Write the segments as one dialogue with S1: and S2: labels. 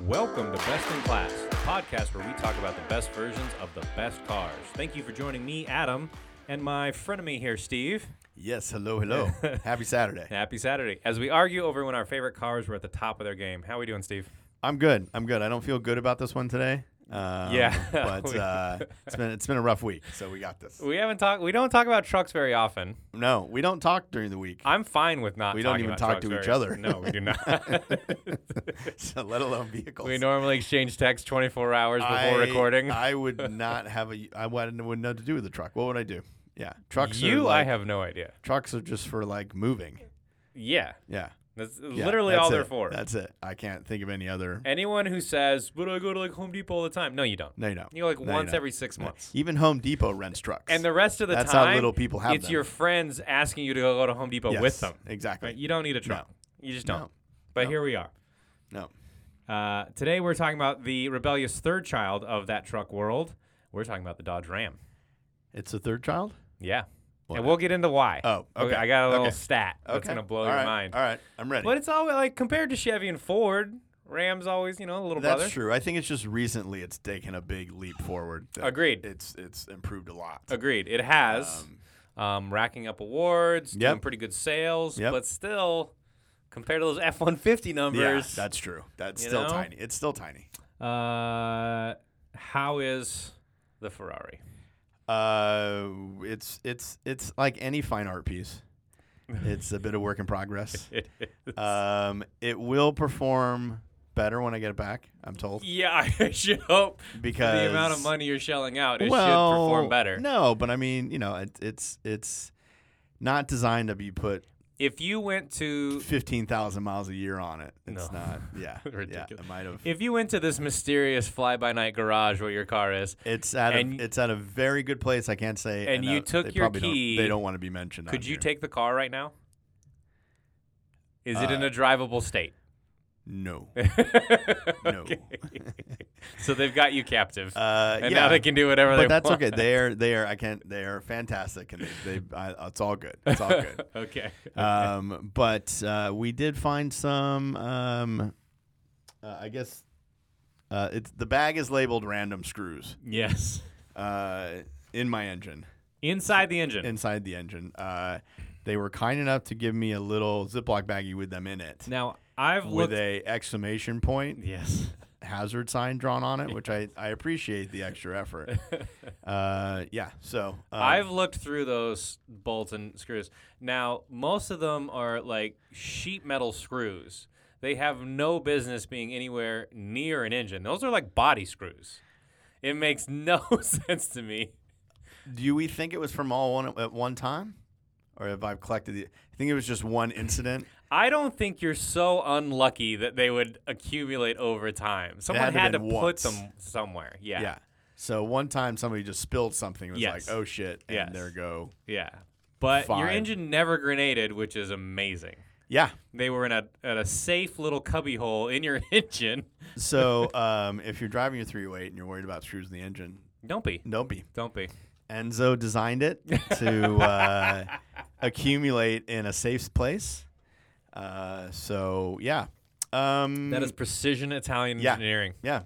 S1: Welcome to Best in Class, the podcast where we talk about the best versions of the best cars. Thank you for joining me, Adam, and my frenemy here, Steve.
S2: Yes, hello, hello. Happy Saturday.
S1: Happy Saturday. As we argue over when our favorite cars were at the top of their game. How are we doing, Steve?
S2: I'm good. I'm good. I don't feel good about this one today. Um,
S1: Yeah.
S2: but
S1: We-
S2: uh, it's been it's been a rough week, so we got this.
S1: We haven't talked we don't talk about trucks very often.
S2: No, we don't talk during the week,
S1: I'm fine with not
S2: We don't
S1: talking
S2: even
S1: about
S2: talk
S1: trucks
S2: to each
S1: very-
S2: other.
S1: No, we do not.
S2: so let alone vehicles.
S1: we normally exchange texts 24 hours before
S2: I-
S1: recording.
S2: I would not have a. I wouldn't wouldn't know what to do with the truck. What would I do? Yeah, trucks.
S1: you
S2: are like,
S1: I have no idea.
S2: trucks are just for like moving.
S1: Yeah.
S2: Yeah,
S1: That's
S2: yeah,
S1: literally
S2: that's
S1: all they're
S2: it.
S1: for.
S2: That's it. I can't think of any other.
S1: Anyone who says, "But I go to like Home Depot all the time," no, you don't.
S2: No, you don't.
S1: You go like
S2: No, you
S1: once
S2: don't.
S1: every six
S2: No.
S1: months.
S2: Even Home Depot rents trucks.
S1: And the rest of the
S2: That's how
S1: time,
S2: little people have
S1: it's
S2: them.
S1: your friends asking you to go to Home Depot
S2: Yes,
S1: with them.
S2: exactly.
S1: Right? You don't need a truck. You just don't.
S2: No.
S1: But
S2: No.
S1: here we are.
S2: No.
S1: Uh, today we're talking about the rebellious third child of that truck world. We're talking about the Dodge Ram.
S2: It's the third child?
S1: Yeah.
S2: What?
S1: And we'll get into why.
S2: Oh, okay.
S1: I got a little
S2: Okay.
S1: stat that's
S2: Okay.
S1: gonna blow
S2: All
S1: your
S2: right.
S1: mind.
S2: All right. I'm ready.
S1: But it's always like compared to Chevy and Ford, Ram's always you know a little
S2: That's
S1: brother.
S2: true. I think it's just recently it's taken a big leap forward. that
S1: Agreed.
S2: It's it's improved a lot.
S1: Agreed. It has um, racking up awards,
S2: Yep.
S1: doing pretty good sales,
S2: Yep.
S1: but still, compared to those F one fifty
S2: Yeah,
S1: numbers,
S2: that's true. That's
S1: You
S2: still
S1: know?
S2: tiny. It's still tiny.
S1: uh, how is the Ferrari?
S2: Uh, it's it's it's like any fine art piece. It's a bit of work in progress. Um, it will perform better when I get it back. I'm told
S1: yeah, I should hope for
S2: because
S1: the amount of money you're shelling out, it
S2: well,
S1: should perform better.
S2: No, but I mean, you know, it, it's it's not designed to be put
S1: If you went to
S2: fifteen thousand miles a year on it. It's
S1: No.
S2: not. Yeah,
S1: Ridiculous.
S2: Yeah, it might have.
S1: if you went to this mysterious fly by night garage where your car is,
S2: It's at
S1: and-
S2: a, it's at a very good place. I can't say.
S1: And you
S2: I-
S1: took
S2: they
S1: your
S2: probably don't-
S1: key.
S2: they don't want to be mentioned.
S1: could
S2: on
S1: you
S2: here.
S1: take the car right now? Is it
S2: Uh,
S1: in a drivable state?
S2: No.
S1: no.
S2: No.
S1: so they've got you captive.
S2: Uh,
S1: and
S2: yeah,
S1: now they can do whatever they
S2: but that's
S1: want.
S2: okay. They are they are I can't. They are fantastic, and they. they I, it's all good. It's all good.
S1: okay.
S2: um, but uh, we did find some. Um, uh, I guess uh, it's the bag is labeled random screws
S1: Yes.
S2: uh, in my engine.
S1: Inside the engine.
S2: inside the engine. Uh, they were kind enough to give me a little Ziploc baggie with them in it,
S1: now I've
S2: with
S1: looked.
S2: a exclamation point
S1: yes.
S2: hazard sign drawn on it, which I, I appreciate the extra effort. uh, yeah, so uh,
S1: I've looked through those bolts and screws. Now most of them are like sheet metal screws. They have no business being anywhere near an engine. Those are like body screws. It makes no sense to me.
S2: do we think it was from all one at one time, or have I collected the? I think it was just one incident.
S1: I don't think you're so unlucky that they would accumulate over time. Someone
S2: had
S1: had, to
S2: to been
S1: put
S2: once.
S1: them somewhere. Yeah.
S2: Yeah. So one time somebody just spilled something. It was
S1: Yes.
S2: like, oh shit, and
S1: Yes.
S2: there go.
S1: Yeah. But your
S2: Five.
S1: engine never grenaded, which is amazing.
S2: Yeah.
S1: They were in a at a safe little cubbyhole in your engine.
S2: So um, if you're driving your three weight and you're worried about screws in the engine,
S1: Don't be.
S2: don't be.
S1: Don't be.
S2: Enzo designed it to uh, accumulate in a safe place. Uh, so yeah, um,
S1: That is precision Italian
S2: Yeah.
S1: engineering.
S2: yeah,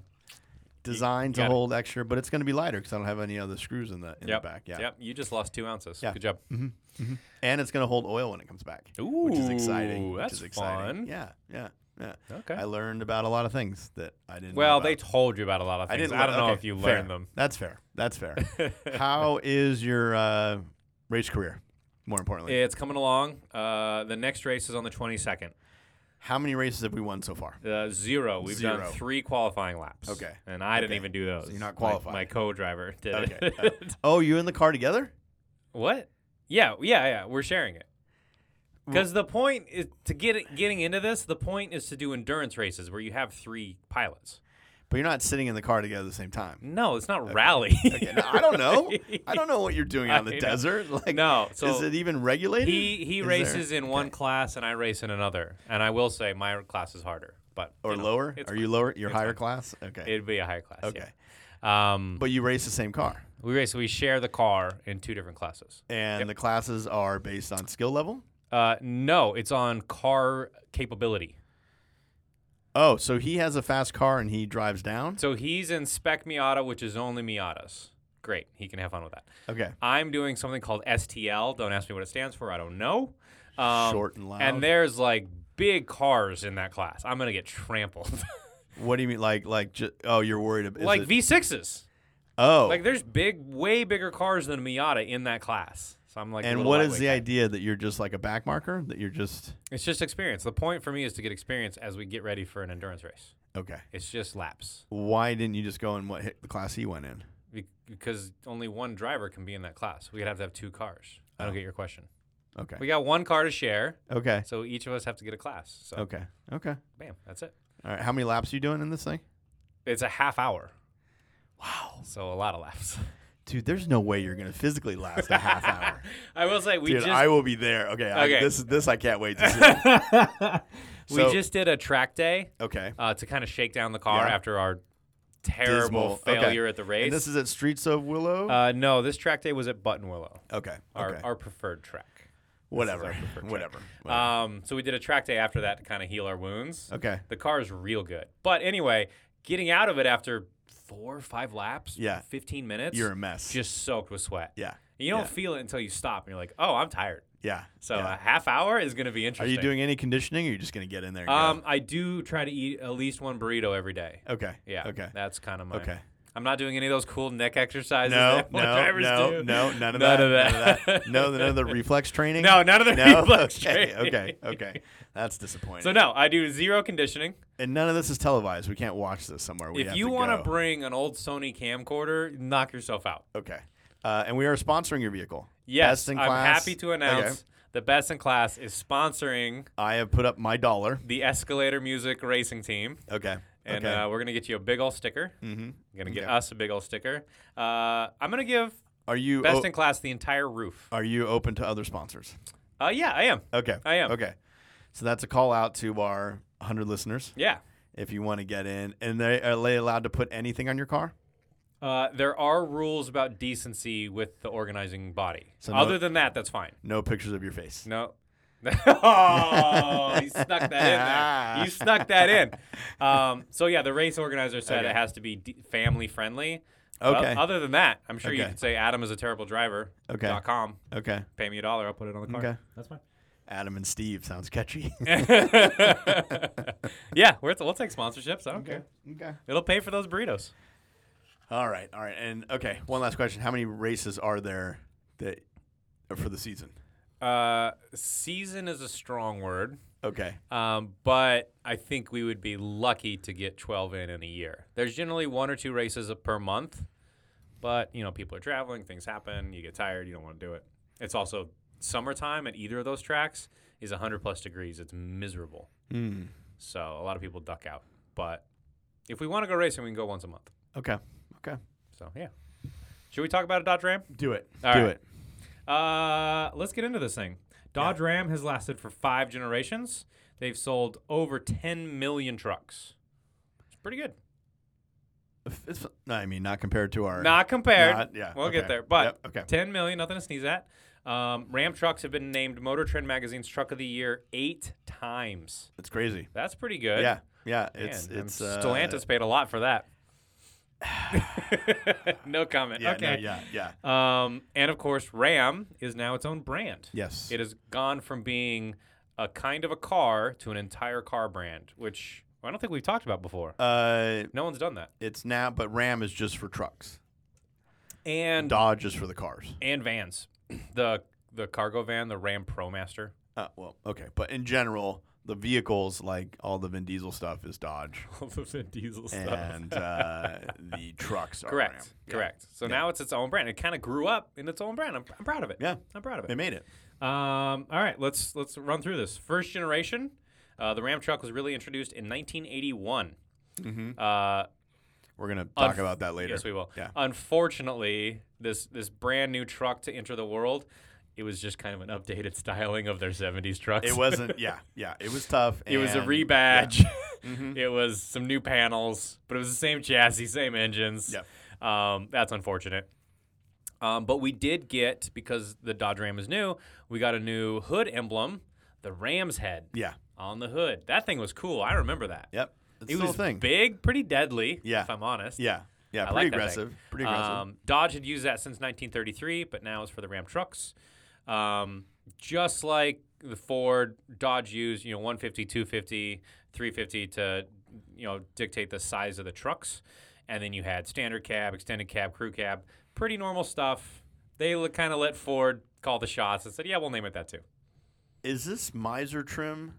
S2: designed to
S1: got it.
S2: hold extra, but it's going to be lighter because I don't have any other screws in the in
S1: Yep.
S2: the back. Yeah,
S1: Yep. You just lost two ounces.
S2: Yeah.
S1: Good job.
S2: and it's going to hold oil when it comes back, which is exciting.
S1: Ooh,
S2: which
S1: that's
S2: is
S1: fun.
S2: exciting. Yeah, yeah, yeah.
S1: Okay.
S2: I learned about a lot of things that I didn't. know
S1: well,
S2: about.
S1: they told you about a lot of
S2: I
S1: things.
S2: didn't.
S1: I,
S2: lear-
S1: don't know
S2: okay,
S1: if you
S2: fair.
S1: learned them.
S2: That's fair. That's fair. How is your uh, race career? More importantly,
S1: It's coming along. Uh, the next race is on the 22nd.
S2: how many races have we won so far?
S1: Uh, zero. We've done
S2: Zero.
S1: three qualifying laps.
S2: Okay.
S1: And I didn't
S2: Okay.
S1: even do those.
S2: So you're not
S1: My-
S2: qualified.
S1: My, co-driver did
S2: Okay.
S1: it.
S2: Uh, oh, you in the car together?
S1: what? Yeah, yeah, yeah. We're sharing it. Because the point is to get it, getting into this. The point is to do endurance races where you have three pilots.
S2: But you're not sitting in the car together at the same time.
S1: No, it's not rally.
S2: Yeah, no, I don't know. I don't know what you're doing out in
S1: I
S2: the
S1: know.
S2: desert. Like,
S1: no, so
S2: is it even regulated?
S1: he he
S2: Is
S1: races
S2: there-
S1: in one class and I race in another. And I will say my class is harder, but
S2: or
S1: you know,
S2: lower?
S1: it's
S2: Are you lower? You're higher class? Okay.
S1: it'd be a higher class. yeah.
S2: okay.
S1: Um,
S2: But you race the same car,
S1: we race. We share the car in two different classes.
S2: and the classes are based on skill level.
S1: Uh, no, it's on car capability.
S2: Oh, so he has a fast car and he drives down.
S1: So he's in spec Miata, which is only Miatas. Great, he can have fun with that.
S2: Okay.
S1: I'm doing something called STL. Don't ask me what it stands for. I don't know. Um,
S2: Short and loud.
S1: And there's like big cars in that class. I'm gonna get trampled.
S2: What do you mean? Like like? Ju- oh, you're worried about
S1: like V6s.
S2: Oh,
S1: Like there's big, way bigger cars than a Miata in that class. So I'm like, a
S2: and
S1: little
S2: what is
S1: lightweight
S2: the
S1: guy.
S2: idea that you're just like a back marker? That you're just
S1: It's just experience. The point for me is to get experience as we get ready for an endurance race.
S2: okay?
S1: It's just laps
S2: Why didn't you just go in what hit the class he went in?
S1: Be- because only one driver can be in that class. We'd have to have two cars. I
S2: Oh.
S1: don't get your question.
S2: Okay.
S1: We got one car to share,
S2: Okay.
S1: so each of us have to get a class. So
S2: Okay. Okay.
S1: bam, that's it.
S2: All right. How many laps are you doing in this thing?
S1: It's a half hour,
S2: Wow,
S1: so a lot of laps.
S2: dude. There's no way you're gonna physically last a half hour.
S1: I will say we
S2: Dude,
S1: just
S2: I will be there. Okay. I-
S1: Okay.
S2: this is this I can't wait to see.
S1: we
S2: So-
S1: just did a track day
S2: okay.
S1: uh, to kind of shake down the car
S2: Yeah.
S1: after our terrible
S2: Dismal. Okay.
S1: failure at the race.
S2: And this is at Streets of Willow.
S1: uh, no, this track day was at Button Willow,
S2: okay.
S1: our,
S2: okay.
S1: our preferred track.
S2: whatever.
S1: preferred track.
S2: Whatever. Whatever.
S1: Um, so we did a track day after that to kind of heal our wounds.
S2: okay.
S1: The car is real good, but anyway, getting out of it after four or five laps,
S2: Yeah.
S1: fifteen minutes,
S2: You're a mess.
S1: just soaked with sweat.
S2: yeah.
S1: You don't
S2: yeah.
S1: feel it until you stop and you're like, oh, I'm tired.
S2: Yeah.
S1: So
S2: yeah.
S1: a half hour is going to be
S2: are
S1: interesting.
S2: you doing any conditioning? or Are you just gonna get in there? And go?
S1: Um, I do try to eat at least one burrito every day.
S2: Okay.
S1: Yeah.
S2: Okay.
S1: That's kind of my.
S2: Okay.
S1: I'm not doing any of those cool neck exercises.
S2: No,
S1: that
S2: no,
S1: what drivers
S2: no,
S1: do.
S2: no, none
S1: None
S2: of
S1: of
S2: that. None of
S1: that.
S2: that. No, none of the reflex training.
S1: No, none of the
S2: no.
S1: reflex
S2: okay,
S1: training.
S2: okay, okay. That's disappointing.
S1: So no, I do zero conditioning. And
S2: and none of this is televised. We can't watch this somewhere. We
S1: if
S2: have
S1: you
S2: to
S1: want
S2: go.
S1: to bring an old Sony camcorder, knock yourself out.
S2: okay, uh, and we are sponsoring your vehicle.
S1: Yes,
S2: Best in
S1: I'm
S2: class.
S1: happy to
S2: Okay.
S1: announce the best in class is sponsoring
S2: I have put up my dollar.
S1: the Escalator Music Racing Team.
S2: Okay,
S1: And
S2: okay.
S1: uh, we're gonna get you a big old sticker.
S2: mm-hmm.
S1: gonna get
S2: Okay.
S1: us a big old sticker. Uh, I'm gonna give
S2: Are you
S1: best
S2: o-
S1: in class the entire roof.
S2: are you open to other sponsors?
S1: Uh, yeah, I am.
S2: Okay,
S1: I am.
S2: Okay, so that's a call out to our 100 listeners.
S1: Yeah.
S2: If you want to get in, and they are they allowed to put anything on your car?
S1: Uh, there are rules about decency with the organizing body.
S2: So no-
S1: Other than that, that's fine.
S2: No pictures of your face.
S1: No. oh, you snuck that in there. You snuck that in. Um, so yeah, the race organizer said
S2: Okay.
S1: it has to be d- family friendly. But
S2: Okay.
S1: other than that, I'm sure you
S2: Okay.
S1: could say Adam is a terrible driver.
S2: Okay.
S1: Dot com.
S2: Okay.
S1: Pay me a dollar, I'll put it on the car.
S2: Okay.
S1: That's fine.
S2: Adam and Steve sounds catchy.
S1: yeah, we're, we'll take sponsorships. I don't care.
S2: Okay.
S1: It'll pay for those burritos.
S2: All right. All right. And okay, one last question. How many races are there that are for the season?
S1: Uh, season is a strong word.
S2: Okay.
S1: Um, but I think we would be lucky to get 12 in in a year. There's generally one or two races a- per month, but you know people are traveling, things happen, you get tired, you don't want to do it. It's also summertime at either of those tracks is 100 plus degrees. It's miserable,
S2: Hmm.
S1: so a lot of people duck out. But if we want to go racing, we can go once a month.
S2: Okay. Okay.
S1: So yeah, should we talk about a Dodge Ram?
S2: Do it.
S1: All
S2: Do
S1: right.
S2: it.
S1: Uh, let's get into this thing. Dodge Ram has lasted for five generations. They've sold over 10 million trucks. It's pretty good.
S2: If It's, no, I mean, not compared to our.
S1: Not compared.
S2: Not- yeah,
S1: We'll
S2: okay.
S1: get there. But
S2: Yep, okay.
S1: 10 million, nothing to sneeze at. Um, Ram trucks have been named Motor Trend Magazine's Truck of the Year eight times.
S2: It's crazy.
S1: That's pretty good.
S2: Yeah. Yeah.
S1: Man,
S2: It's
S1: and
S2: it's uh,
S1: Stellantis paid a lot for that. no comment.
S2: Yeah,
S1: okay.
S2: No, yeah. Yeah.
S1: Um, and of course, Ram is now its own brand.
S2: Yes.
S1: It has gone from being a kind of a car to an entire car brand, which I don't think we've talked about before.
S2: Uh,
S1: No one's done that.
S2: it's now, but Ram is just for trucks.
S1: And
S2: Dodge is for the cars.
S1: and vans, the the cargo van, the Ram ProMaster.
S2: Uh, well, okay, but in general, the vehicles like all the Vin Diesel stuff is Dodge,
S1: All the Vin Diesel
S2: and uh, the trucks are
S1: Correct.
S2: Ram. Yeah.
S1: Correct. So now it's its own brand. It kind of grew up in its own brand. I'm, I'm proud of it.
S2: Yeah.
S1: I'm proud of it.
S2: They made it.
S1: Um, all right, let's let's run through this. First generation, uh, the Ram truck was really introduced in 1981.
S2: Mm-hmm.
S1: Uh,
S2: We're gonna talk
S1: Unf-
S2: about that later.
S1: Yes, we will.
S2: Yeah.
S1: Unfortunately, this this brand new truck to enter the world, it was just kind of an updated styling of their '70s trucks.
S2: It wasn't. Yeah, yeah. It was tough.
S1: It was a
S2: and- Mm-hmm.
S1: rebadge. It was some new panels, but it was the same chassis, same engines.
S2: Yep.
S1: Um, that's unfortunate. Um, but we did get because the Dodge Ram is new. We got a new hood emblem, the ram's head
S2: Yeah.
S1: on the hood. That thing was cool. I remember that.
S2: Yep. It's
S1: It
S2: still
S1: was
S2: a thing.
S1: big, pretty deadly.
S2: Yeah.
S1: If I'm honest.
S2: Yeah, yeah,
S1: I like that
S2: pretty
S1: thing.
S2: aggressive. Pretty aggressive.
S1: Um, Dodge had used that since 1933, but now it's for the Ram trucks. Um, just like the Ford, Dodge used you know 150, 250, 350 to you know dictate the size of the trucks, and then you had standard cab, extended cab, crew cab, pretty normal stuff. They kind of let Ford call the shots and said, yeah, we'll name it that too.
S2: Is this miser trim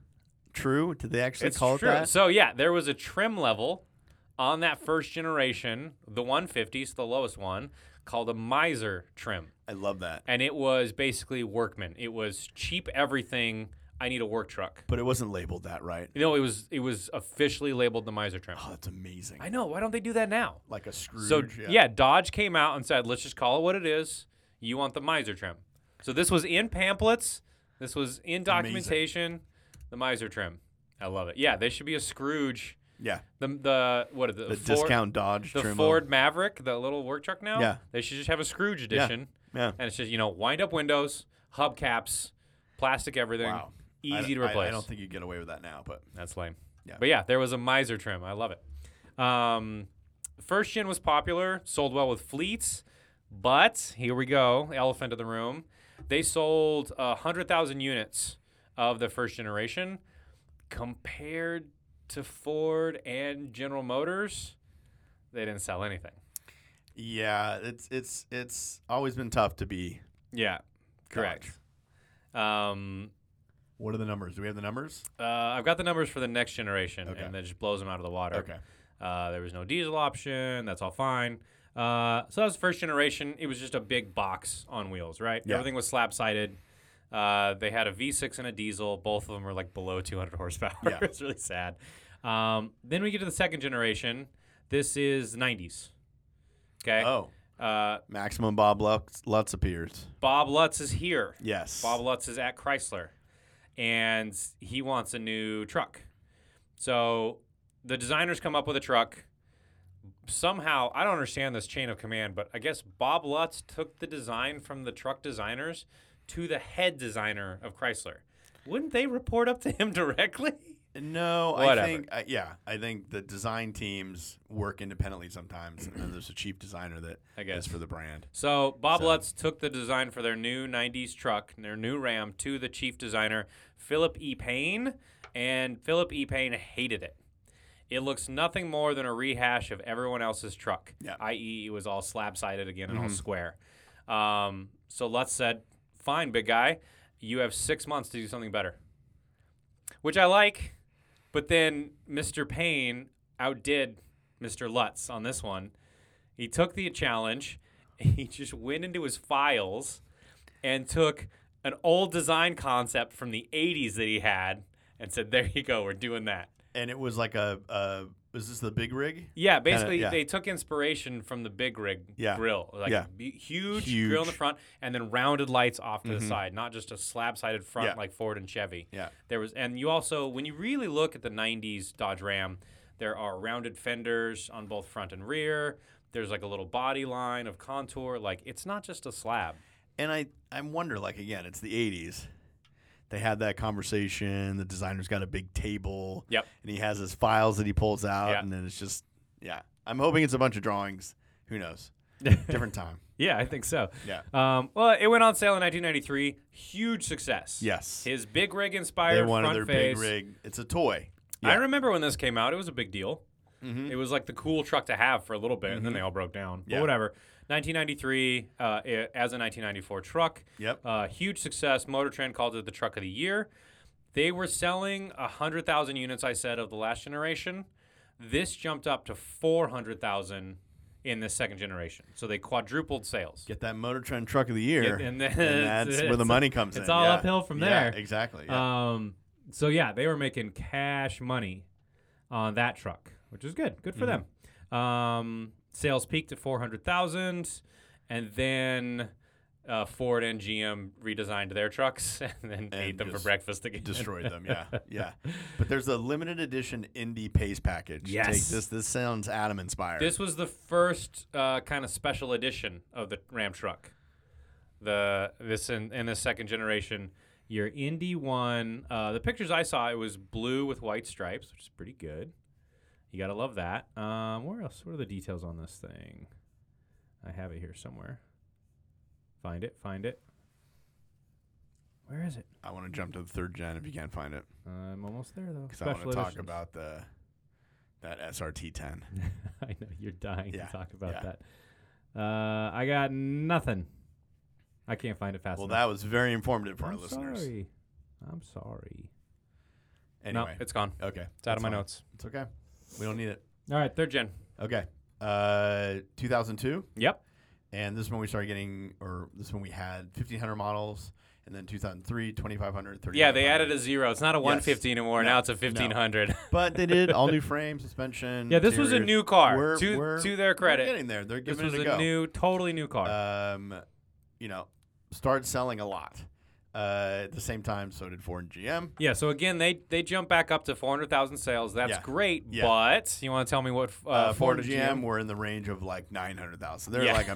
S2: true? Did they actually call
S1: true.
S2: it that?
S1: So yeah, there was a trim level on that first generation, the 150s, the lowest one, called a miser trim.
S2: I love that.
S1: and it was basically workman. It was cheap everything. I need a work truck.
S2: But it wasn't labeled that right.
S1: You know, it was it was officially labeled the miser trim.
S2: Oh, that's amazing.
S1: I know. Why don't they do that now?
S2: like a Scrooge.
S1: So yeah. Dodge came out and said, "Let's just call it what it is. You want the miser trim." So this was in pamphlets. This was in documentation. The miser trim. I love it. Yeah, they should be a Scrooge.
S2: Yeah.
S1: The the what are the,
S2: The
S1: Ford,
S2: discount Dodge
S1: the
S2: trim.
S1: Ford Maverick, the little work truck now.
S2: Yeah.
S1: they should just have a Scrooge edition.
S2: yeah.
S1: and it's just you know wind up windows, hubcaps, plastic everything,
S2: Wow. I-
S1: easy to
S2: I-
S1: replace.
S2: I, don't think you get away with that now, but
S1: That's lame.
S2: Yeah.
S1: But yeah, there was a miser trim. I love it. Um, first gen was popular, sold well with fleets, but here we go, elephant in the room. They sold uh, 100,000 units of the first generation compared to Ford and General Motors. They didn't sell anything.
S2: yeah, it's it's it's always been tough to be.
S1: Yeah, correct. Um,
S2: What are the numbers? Do we have the numbers?
S1: Uh, I've got the numbers for the next generation,
S2: Okay.
S1: and that just blows them out of the water. Uh, there was no diesel option. That's all fine. Uh, so that was the first generation. It was just a big box on wheels, right?
S2: Yeah.
S1: Everything was slab sided. Uh, they had a V6 and a diesel. Both of them were like below 200 horsepower.
S2: Yeah.
S1: it's really sad. Um, then we get to the second generation. This is 90s. Okay.
S2: Oh,
S1: Uh,
S2: maximum Bob Lutz, Lutz appears.
S1: Bob Lutz is here.
S2: Yes.
S1: Bob Lutz is at Chrysler, and he wants a new truck. So the designers come up with a truck. Somehow, I don't understand this chain of command, but I guess Bob Lutz took the design from the truck designers to the head designer of Chrysler. Wouldn't they report up to him directly?
S2: No,
S1: Whatever.
S2: I think I yeah, I think the design teams work independently sometimes, and then there's a chief designer that
S1: I guess.
S2: is for the brand.
S1: So Bob
S2: So-
S1: Lutz took the design for their new '90s truck, their new Ram, to the chief designer Philip E. Payne, and Philip E. Payne hated it. It looks nothing more than a rehash of everyone else's truck,
S2: Yeah. Mm-hmm.
S1: i.e., it was all slab sided again and all square. Um, so Lutz said, "Fine, big guy, you have six months to do something better," which I like. But then Mr. Payne outdid Mr. Lutz on this one. He took the challenge. He just went into his files and took an old design concept from the 80s that he had and said, There you go, we're doing that.
S2: And it was like a, a was this the big rig?
S1: Yeah, basically,
S2: yeah.
S1: they took inspiration from the big rig
S2: Yeah.
S1: grill. Like
S2: Yeah.
S1: b- huge,
S2: Huge. Mm-hmm.
S1: grill in the front and then rounded lights off to the side, not just a slab sided front
S2: Yeah.
S1: like Ford and Chevy.
S2: Yeah.
S1: There was, and you also, when you really look at the '90s Dodge Ram, there are rounded fenders on both front and rear. There's like a little body line of contour. Like it's not just a slab.
S2: And I I wonder like again, it's the 80s. They had that conversation. The designer's got a big table.
S1: Yep.
S2: And he has his files that he pulls out,
S1: Yeah.
S2: and then it's just yeah. I'm hoping it's a bunch of drawings. Who knows? Different time.
S1: Yeah, I think so.
S2: Yeah.
S1: Um, well, it went on sale in 1993. Huge success.
S2: Yes.
S1: His big rig
S2: They
S1: inspired
S2: wanted
S1: front
S2: their
S1: face.
S2: big rig. It's a
S1: I
S2: toy. Yeah. Mm-hmm.
S1: remember when this came out. It was a big deal. It was like the cool truck to have for a little bit, and then they all broke down. But
S2: Yeah.
S1: whatever. 1993, uh, i- as a 1994 truck.
S2: Yep.
S1: Uh, huge success. Motor Trend called it the truck of the year. They were selling 100,000 units, I said, of the last generation. This jumped up to 400,000 in this second generation. So they quadrupled sales.
S2: Get that Motor Trend Truck of the Year,
S1: and
S2: and,
S1: then-
S2: that's where the
S1: it's-
S2: money comes in.
S1: it's all
S2: Yeah.
S1: uphill from
S2: Yeah,
S1: there.
S2: exactly. Yeah.
S1: Um, so yeah, they were making cash money on that truck, which is good. Good for
S2: Mm-hmm.
S1: them. Um, sales peaked at four hundred thousand, and then uh, Ford and GM redesigned their trucks and then ate them for
S2: just
S1: breakfast again.
S2: destroyed them. Yeah, yeah. But there's a limited edition indie pace package.
S1: Yes.
S2: Take this. This sounds Adam inspired.
S1: This was the first uh, kind of special edition of the Ram truck. The this in, in the second generation, your Indy one. Uh, the pictures I saw, it was blue with white stripes, which is pretty good. You gotta love that. Um, where else? What are the details on this thing? I have it here somewhere. Find it. Find it. Where is it?
S2: I want to jump to the third gen if you can't find it,
S1: I'm almost there though.
S2: because I want to
S1: Special
S2: talk
S1: editions.
S2: about the that SRT 10.
S1: I know you're dying
S2: Yeah,
S1: to talk about
S2: yeah.
S1: that. Uh, I got nothing. I can't find it fast
S2: Well,
S1: enough.
S2: that was very informative for
S1: I'm
S2: our listeners.
S1: sorry. I'm sorry.
S2: Anyway,
S1: No, it's gone.
S2: okay,
S1: It's out of my
S2: fine.
S1: notes.
S2: It's okay. We don't need it.
S1: All right, third gen.
S2: Okay. Uh, 2002,
S1: Yep.
S2: and this is when we started getting, or this is when we had 1500 models, and then 2003, 2500, 30.
S1: Yeah, they added a zero. It's not a 115 anymore.
S2: No,
S1: Now it's a
S2: no.
S1: 1500.
S2: But they did all new frame, suspension.
S1: yeah, this was a
S2: interiors.
S1: new car.
S2: We're-
S1: to
S2: we're-
S1: to their
S2: We're
S1: credit,
S2: getting there. They're
S1: this
S2: giving
S1: was
S2: it
S1: a,
S2: a, go.
S1: new, totally new car.
S2: um, you know, started selling a lot. Uh, at the same time, so did Ford and GM.
S1: yeah. So again, they they jump back up to 400,000 sales. That's
S2: Yeah.
S1: great.
S2: Yeah.
S1: But you want to tell me what uh,
S2: Uh, Ford, and
S1: and
S2: GM, were in the range of like 900,000. They're
S1: Yeah. Uh,
S2: like a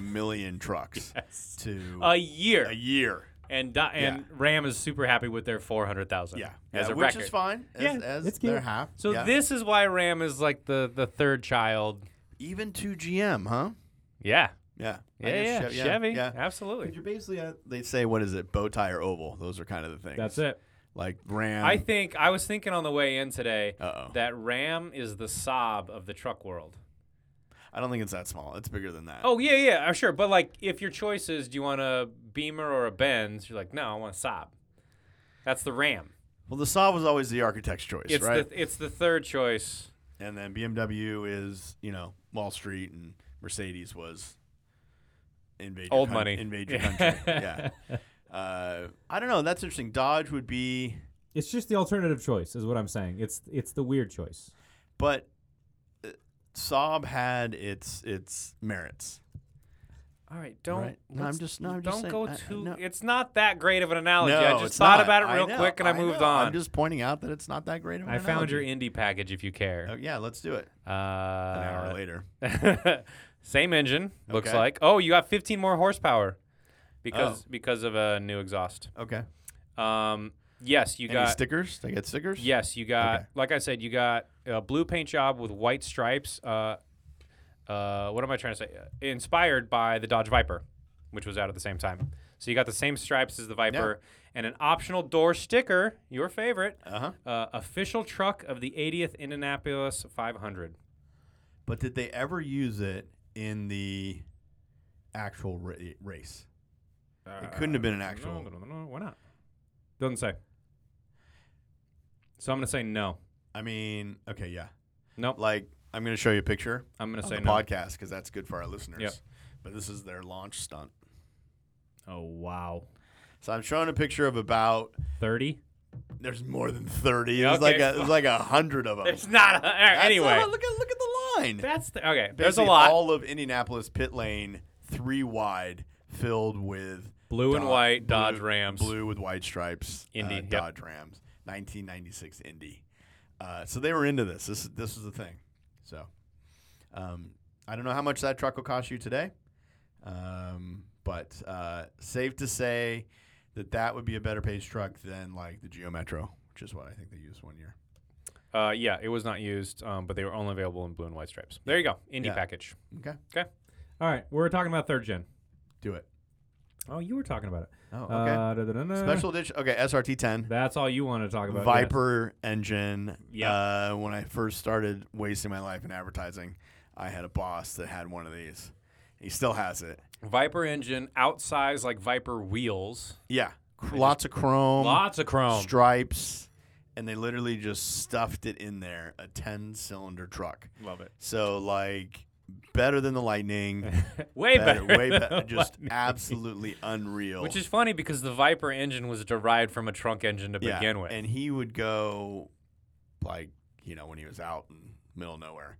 S2: million trucks to
S1: a year?
S2: a year.
S1: and Di- and Ram is super happy with their 400,000.
S2: Yeah.
S1: as
S2: Yeah,
S1: a
S2: which
S1: record.
S2: is fine. As,
S1: Yeah,
S2: as
S1: it's
S2: their
S1: cute.
S2: half.
S1: So
S2: yeah.
S1: this is why Ram is like the the third child.
S2: even to GM, huh?
S1: Yeah.
S2: Yeah. I
S1: Yeah, yeah,
S2: guess Chev-
S1: Chevy.
S2: Yeah.
S1: Absolutely.
S2: You're basically at, they say what is it? Bow tie or oval. Those are kind of the things.
S1: That's it.
S2: Like Ram.
S1: I think I was thinking on the way in today
S2: Um, Uh-oh.
S1: that Ram is the sob of the truck world.
S2: I don't think it's that small. It's bigger than that.
S1: Oh yeah, yeah, I'm sure. But like, if your choice is, do you want a Beamer or a Benz? You're like, no, I want a sob. That's the Ram.
S2: Well, the Saab was always the architect's choice,
S1: It's
S2: right?
S1: the it's the third choice.
S2: and then BMW is you know Wall Street and Mercedes was invade your
S1: Old
S2: coun-
S1: money.
S2: invade your country. yeah, uh, I don't know. That's interesting. Dodge would be,
S3: It's just the alternative choice, is what I'm saying. It's it's the weird choice.
S2: but uh, Saab had its its merits.
S1: All right, don't.
S2: Right. No, I'm
S1: let's-
S2: just- no, I'm
S1: don't
S2: just saying,
S1: go
S2: I- I-
S1: too.
S2: no.
S1: It's not that great of an analogy.
S2: no,
S1: Oh, I just
S2: it's
S1: thought
S2: not.
S1: about it real
S2: know,
S1: quick and I, moved
S2: know.
S1: on.
S2: I'm just pointing out that it's not that great of an
S1: I found your e-
S2: analogy.
S1: indie package if you care.
S2: Oh, yeah, let's do it.
S1: Uh,
S2: An hour later.
S1: same engine looks
S2: Okay. Oh.
S1: like. Oh, you got 15 more horsepower because because of a new exhaust.
S2: Okay.
S1: Um, yes, you
S2: Any
S1: got.
S2: stickers? Did I get stickers?
S1: yes, you got.
S2: Okay.
S1: Like I said, you got a blue paint job with white stripes. Uh, uh, what am I trying to say? Inspired by the Dodge Viper, which was out at the same time. So you got the same stripes as the Viper and an optional door sticker, your favorite,
S2: Uh huh.
S1: uh, official truck of the 80th Indianapolis 500.
S2: But did they ever use it in the actual ra- race? It couldn't have been an
S1: Uh,
S2: actual-
S1: No, no, no, no, why not? Doesn't say. So I'm gonna say no.
S2: I mean, okay, yeah.
S1: Nope.
S2: Like, I'm going to show you a picture
S1: I'm gonna
S2: of
S1: say
S2: the
S1: no.
S2: podcast because that's good for our listeners.
S1: Yep.
S2: But this is their launch stunt.
S1: Oh wow.
S2: So I'm showing a picture of about.
S1: Thirty.
S2: There's more than 30. It was
S1: Okay.
S2: like a, it was like a hundred of them.
S1: It's not. A,
S2: That's
S1: anyway,
S2: all- look at look at the line.
S1: that's the, okay. There's a
S2: Basically,
S1: lot.
S2: All of Indianapolis pit lane, three wide, filled with
S1: Blue and
S2: Dod-
S1: white
S2: blue-
S1: Dodge Rams.
S2: blue with white stripes,
S1: Indy,
S2: uh,
S1: yep.
S2: Dodge Rams, 1996 Indy. Uh, so they were into this. This is this is the thing. So, um, I don't know how much that truck will cost you today, um, but uh, safe to say that that would be a better pace truck than like the Geo Metro, which is what I think they used one year.
S1: Uh, yeah, it was not used, um, but they were only available in blue and white stripes. There you go. Indie
S2: Yeah.
S1: package.
S2: Okay,
S3: All right, we're talking about third gen.
S2: do it.
S3: Oh, you were talking about it.
S2: Oh, okay.
S3: Uh, da-da-da-da.
S2: Special edition. Okay, SRT 10.
S3: That's all you wanted to talk about. yes.
S2: Viper engine.
S1: Yeah.
S2: Uh, when I first started wasting my life in advertising, I had a boss that had one of these. He still has it.
S1: Viper engine, outsized like Viper wheels.
S2: Yeah. Cr- Lots of chrome,
S1: Lots of chrome.
S2: stripes, and they literally just stuffed it in there a 10 cylinder truck.
S1: Love it.
S2: So, like, better than the Lightning.
S1: Way better.
S2: way
S1: than
S2: better.
S1: the
S2: Just
S1: Lightning.
S2: absolutely unreal.
S1: Which is funny because the Viper engine was derived from a trunk engine to
S2: yeah.
S1: begin with.
S2: And he would go, like, you know, when he was out in middle of nowhere,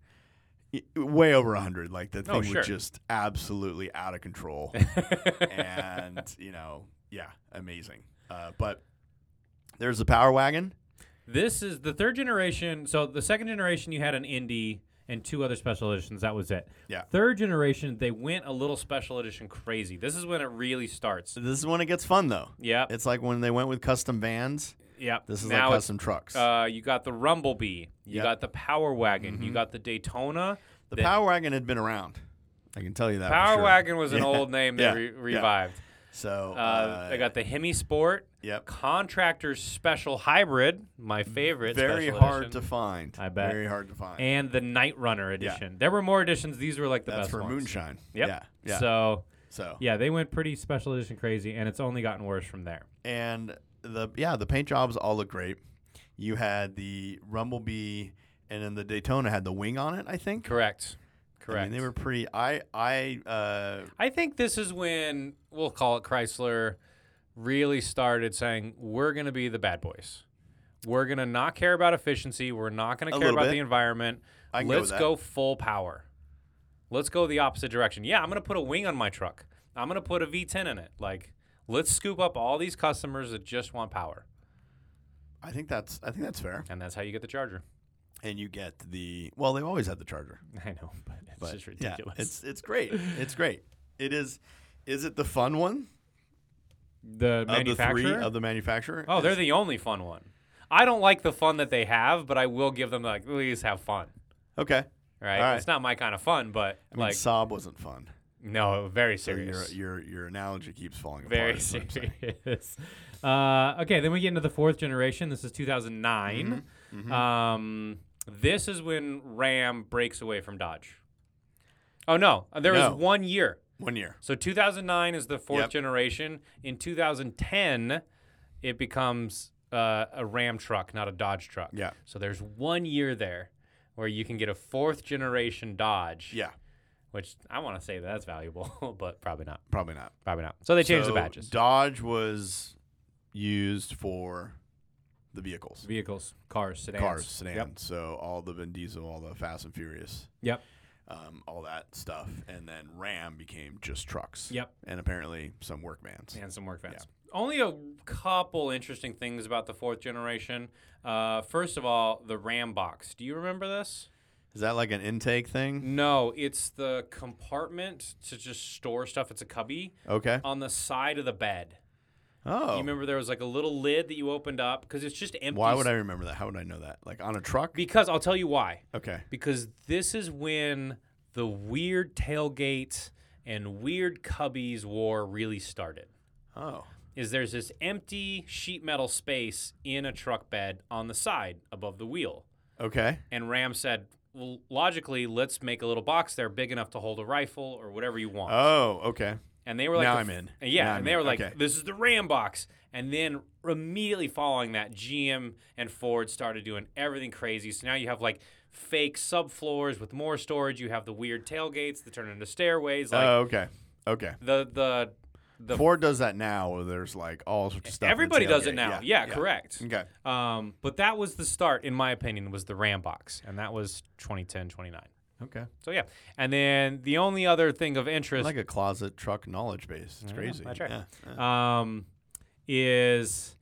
S2: y- way over 100. Like, the thing
S1: Oh, sure.
S2: was just absolutely out of control. and, you know, yeah, amazing. Uh, but there's the Power Wagon.
S1: This is the third generation. So the second generation, you had an Indy and two other special editions. That was it.
S2: Yeah.
S1: Third generation, they went a little special edition crazy. This is when it really starts.
S2: This is when it gets fun though.
S1: Yep.
S2: It's like when they went with custom vans.
S1: yep.
S2: This is
S1: now
S2: like
S1: it's
S2: custom trucks.
S1: Uh, you got the Rumblebee. You
S2: Yep. Mm-hmm.
S1: got the Power Wagon. You got the Daytona.
S2: the
S1: the-
S2: Power Wagon had been around. I can tell you that. for
S1: Power
S2: sure.
S1: Wagon was an
S2: Yeah.
S1: old name they
S2: Yeah.
S1: re-
S2: Yeah.
S1: revived.
S2: So
S1: Uh, they got the Hemi Sport.
S2: Yep.
S1: Contractor's Special Hybrid, my favorite.
S2: Very
S1: special
S2: hard
S1: edition,
S2: to find.
S1: I bet.
S2: Very hard to find.
S1: And the Night Runner edition. There were more editions. These were like the
S2: That's
S1: best
S2: for
S1: ones.
S2: moonshine.
S1: Yep.
S2: Yeah. Yeah.
S1: So
S2: so
S1: yeah, they went pretty special edition crazy, and it's only gotten worse from there.
S2: and the yeah the paint jobs all look great. You had the Rumblebee, and then the Daytona had the wing on it. I think.
S1: Correct. Correct.
S2: I mean, they were pretty. I I uh,
S1: I think this is when we'll call it Chrysler really started saying we're going to be the bad boys. We're going to not care about efficiency. We're not going to
S2: A
S1: care
S2: little
S1: about
S2: bit.
S1: the environment.
S2: I can go with
S1: Let's
S2: that.
S1: go full power. Let's go the opposite direction. Yeah, I'm going to put a wing on my truck. I'm going to put a V10 in it. Like, let's scoop up all these customers that just want power.
S2: I think that's I think that's fair.
S1: And that's how you get the Charger.
S2: And you get the well, they always had the Charger.
S1: I know, but it's
S2: But
S1: just
S2: yeah,
S1: ridiculous.
S2: it's it's great. It's great. It is. Is it the fun one
S1: the
S2: of the three
S1: manufacturer
S2: of the manufacturer?
S1: Oh, they're
S2: Is-
S1: the only fun one. I don't like the fun that they have, but I will give them like please have fun.
S2: okay.
S1: Right?
S2: All right.
S1: It's not my kind of fun, but
S2: I mean,
S1: like
S2: Saab wasn't fun.
S1: no, very
S2: So your
S1: serious.
S2: your your analogy keeps falling apart.
S1: very
S2: is what I'm saying.
S1: serious. Uh, okay, then we get into the fourth generation. This is 2009.
S2: Mm-hmm.
S1: Um, this is when Ram breaks away from Dodge. Oh no, there
S2: No.
S1: was one year.
S2: One year.
S1: So 2009 is the fourth
S2: Yep.
S1: generation. In 2010, it becomes uh, a Ram truck, not a Dodge truck.
S2: Yeah.
S1: So there's one year there where you can get a fourth generation Dodge.
S2: Yeah.
S1: Which I want to say that that's valuable, but probably not.
S2: Probably not.
S1: Probably not. So they changed
S2: So
S1: the badges.
S2: Dodge was used for the vehicles,
S1: Vehicles, cars, sedans.
S2: cars, sedans.
S1: Yep.
S2: So all the Vin Diesel, all the Fast and Furious,
S1: Yep.
S2: um, all that stuff, and then Ram became just trucks.
S1: Yep.
S2: And apparently some work vans.
S1: and some work vans. Only a couple interesting things about the fourth generation. Uh, first of all, the Ram box. Do you remember this?
S2: Is that like an intake thing?
S1: No, it's the compartment to just store stuff. It's a cubby
S2: Okay.
S1: on the side of the bed.
S2: Oh.
S1: Mm-hmm. Uh, You remember there was like a little lid that you opened up because it's just empty.
S2: Why would I
S1: s-
S2: remember that? How would I know that? Like on a truck?
S1: Because I'll tell you why.
S2: okay.
S1: Because this is when the weird tailgate and weird cubbies war really started.
S2: Oh.
S1: Is there's this empty sheet metal space in a truck bed on the side above the wheel.
S2: Okay.
S1: And Ram said, well, logically, let's make a little box there big enough to hold a rifle or whatever you want.
S2: Oh. Okay.
S1: And they were like,
S2: Now
S1: the
S2: I'm in.
S1: Yeah,
S2: Now
S1: and
S2: I'm
S1: they were
S2: in.
S1: like,
S2: Okay.
S1: this is the Ram box. And then immediately following that, GM and Ford started doing everything crazy. So now you have like fake subfloors with more storage. You have the weird tailgates that turn into stairways. Like
S2: oh. Okay. Okay.
S1: the the the
S2: Ford does that now, where there's like all sorts of stuff. in the
S1: everybody does it
S2: tailgate.
S1: now. Yeah, correct.
S2: Okay.
S1: Um, but that was the start, in my opinion, was the Ram box, and that was 2010, 29.
S2: Okay.
S1: So yeah, and then the only other thing of interest
S2: Like a closet truck knowledge base. It's
S1: Yeah,
S2: crazy.
S1: that's right.
S2: Yeah.
S1: um, is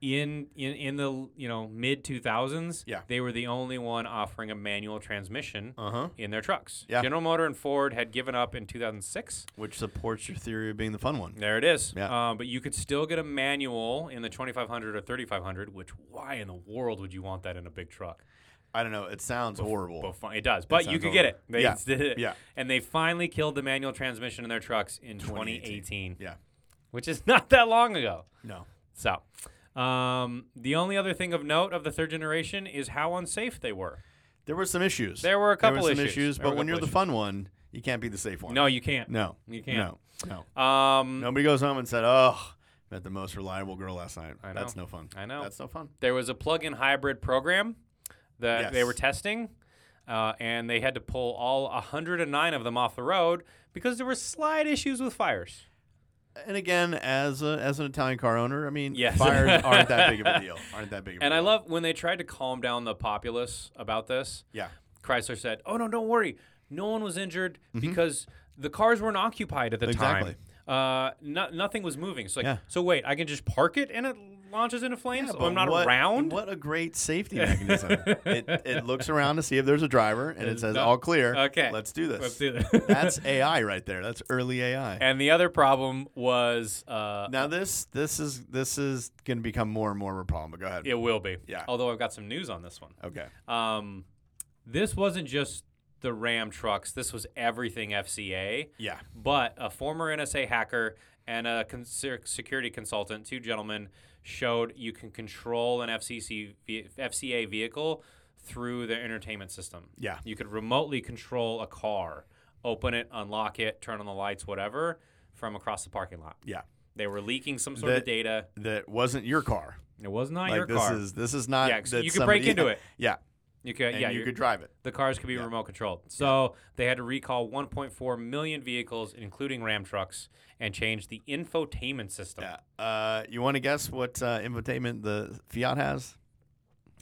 S1: in in in the you know mid 2000s.
S2: Yeah.
S1: they were the only one offering a manual transmission
S2: Uh huh.
S1: in their trucks.
S2: Yeah.
S1: General Motor and Ford had given up in 2006.
S2: Which supports your theory of being the fun one.
S1: There it is.
S2: Yeah.
S1: Uh, but you could still get a manual in the 2500 or 3500. Which why in the world would you want that in a big truck?
S2: I don't know. It sounds horrible.
S1: But fun, it does. But you
S2: sounds
S1: could get
S2: horrible.
S1: it. They
S2: Yeah.
S1: did it.
S2: Yeah.
S1: And they finally killed the manual transmission in their trucks in 2018,
S2: 2018. Yeah.
S1: which is not that long ago.
S2: No.
S1: So, um, the only other thing of note of the third generation is how unsafe they were.
S2: There were some issues.
S1: There were a couple
S2: some
S1: issues. There were
S2: but
S1: a
S2: when you're
S1: couple
S2: the fun one, you can't be the safe one.
S1: No, you can't.
S2: No.
S1: You can't.
S2: No.
S1: No. Um,
S2: Nobody goes home and said, "Oh, met the most reliable girl last night."
S1: I
S2: That's
S1: know.
S2: no fun.
S1: I know.
S2: That's no fun.
S1: There was a plug-in hybrid program that they
S2: Yes.
S1: were testing, uh, and they had to pull all 109 of them off the road because there were slight issues with fires.
S2: And again, as a, as an Italian car owner, I mean,
S1: Yes.
S2: fires aren't that big of a deal. Aren't that big of a
S1: And
S2: deal.
S1: I love when they tried to calm down the populace about this.
S2: Yeah.
S1: Chrysler said, "Oh no, don't worry. No one was injured because the cars weren't occupied at the
S2: Mm-hmm. Exactly.
S1: time. Uh, no, nothing was moving. So, like,
S2: Yeah.
S1: so wait, I can just park it and it launches into flames.
S2: Yeah,
S1: so
S2: but
S1: I'm not
S2: what-
S1: around.
S2: What a great safety mechanism! it, it looks around to see if there's a driver, and it says
S1: no-
S2: all clear.
S1: Okay.
S2: let's do this.
S1: Let's do that.
S2: That's AI right there. That's early AI.
S1: and the other problem was uh,
S2: now this this is this is going to become more and more of a problem. But go ahead.
S1: it will be.
S2: Yeah.
S1: Although I've got some news on this one.
S2: Okay.
S1: Um, this wasn't just the Ram trucks. This was everything FCA.
S2: Yeah.
S1: But a former NSA hacker and a con- se- security consultant, two gentlemen, showed you can control an FCC ve- FCA vehicle through their entertainment system.
S2: Yeah.
S1: You could remotely control a car, open it, unlock it, turn on the lights, whatever, from across the parking lot.
S2: Yeah.
S1: They were leaking some sort of
S2: That-
S1: data.
S2: That wasn't your car.
S1: It was not
S2: like
S1: your
S2: this
S1: car.
S2: is this is not.
S1: Yeah, 'cause
S2: that
S1: you could break
S2: somebody-
S1: into it.
S2: Yeah.
S1: you could,
S2: And
S1: yeah,
S2: you
S1: you-
S2: could drive it.
S1: the cars could be remote controlled. So they had to recall 1.4 million vehicles, including Ram trucks, and change the infotainment system.
S2: Yeah. Uh, you want to guess what uh, infotainment the Fiat has?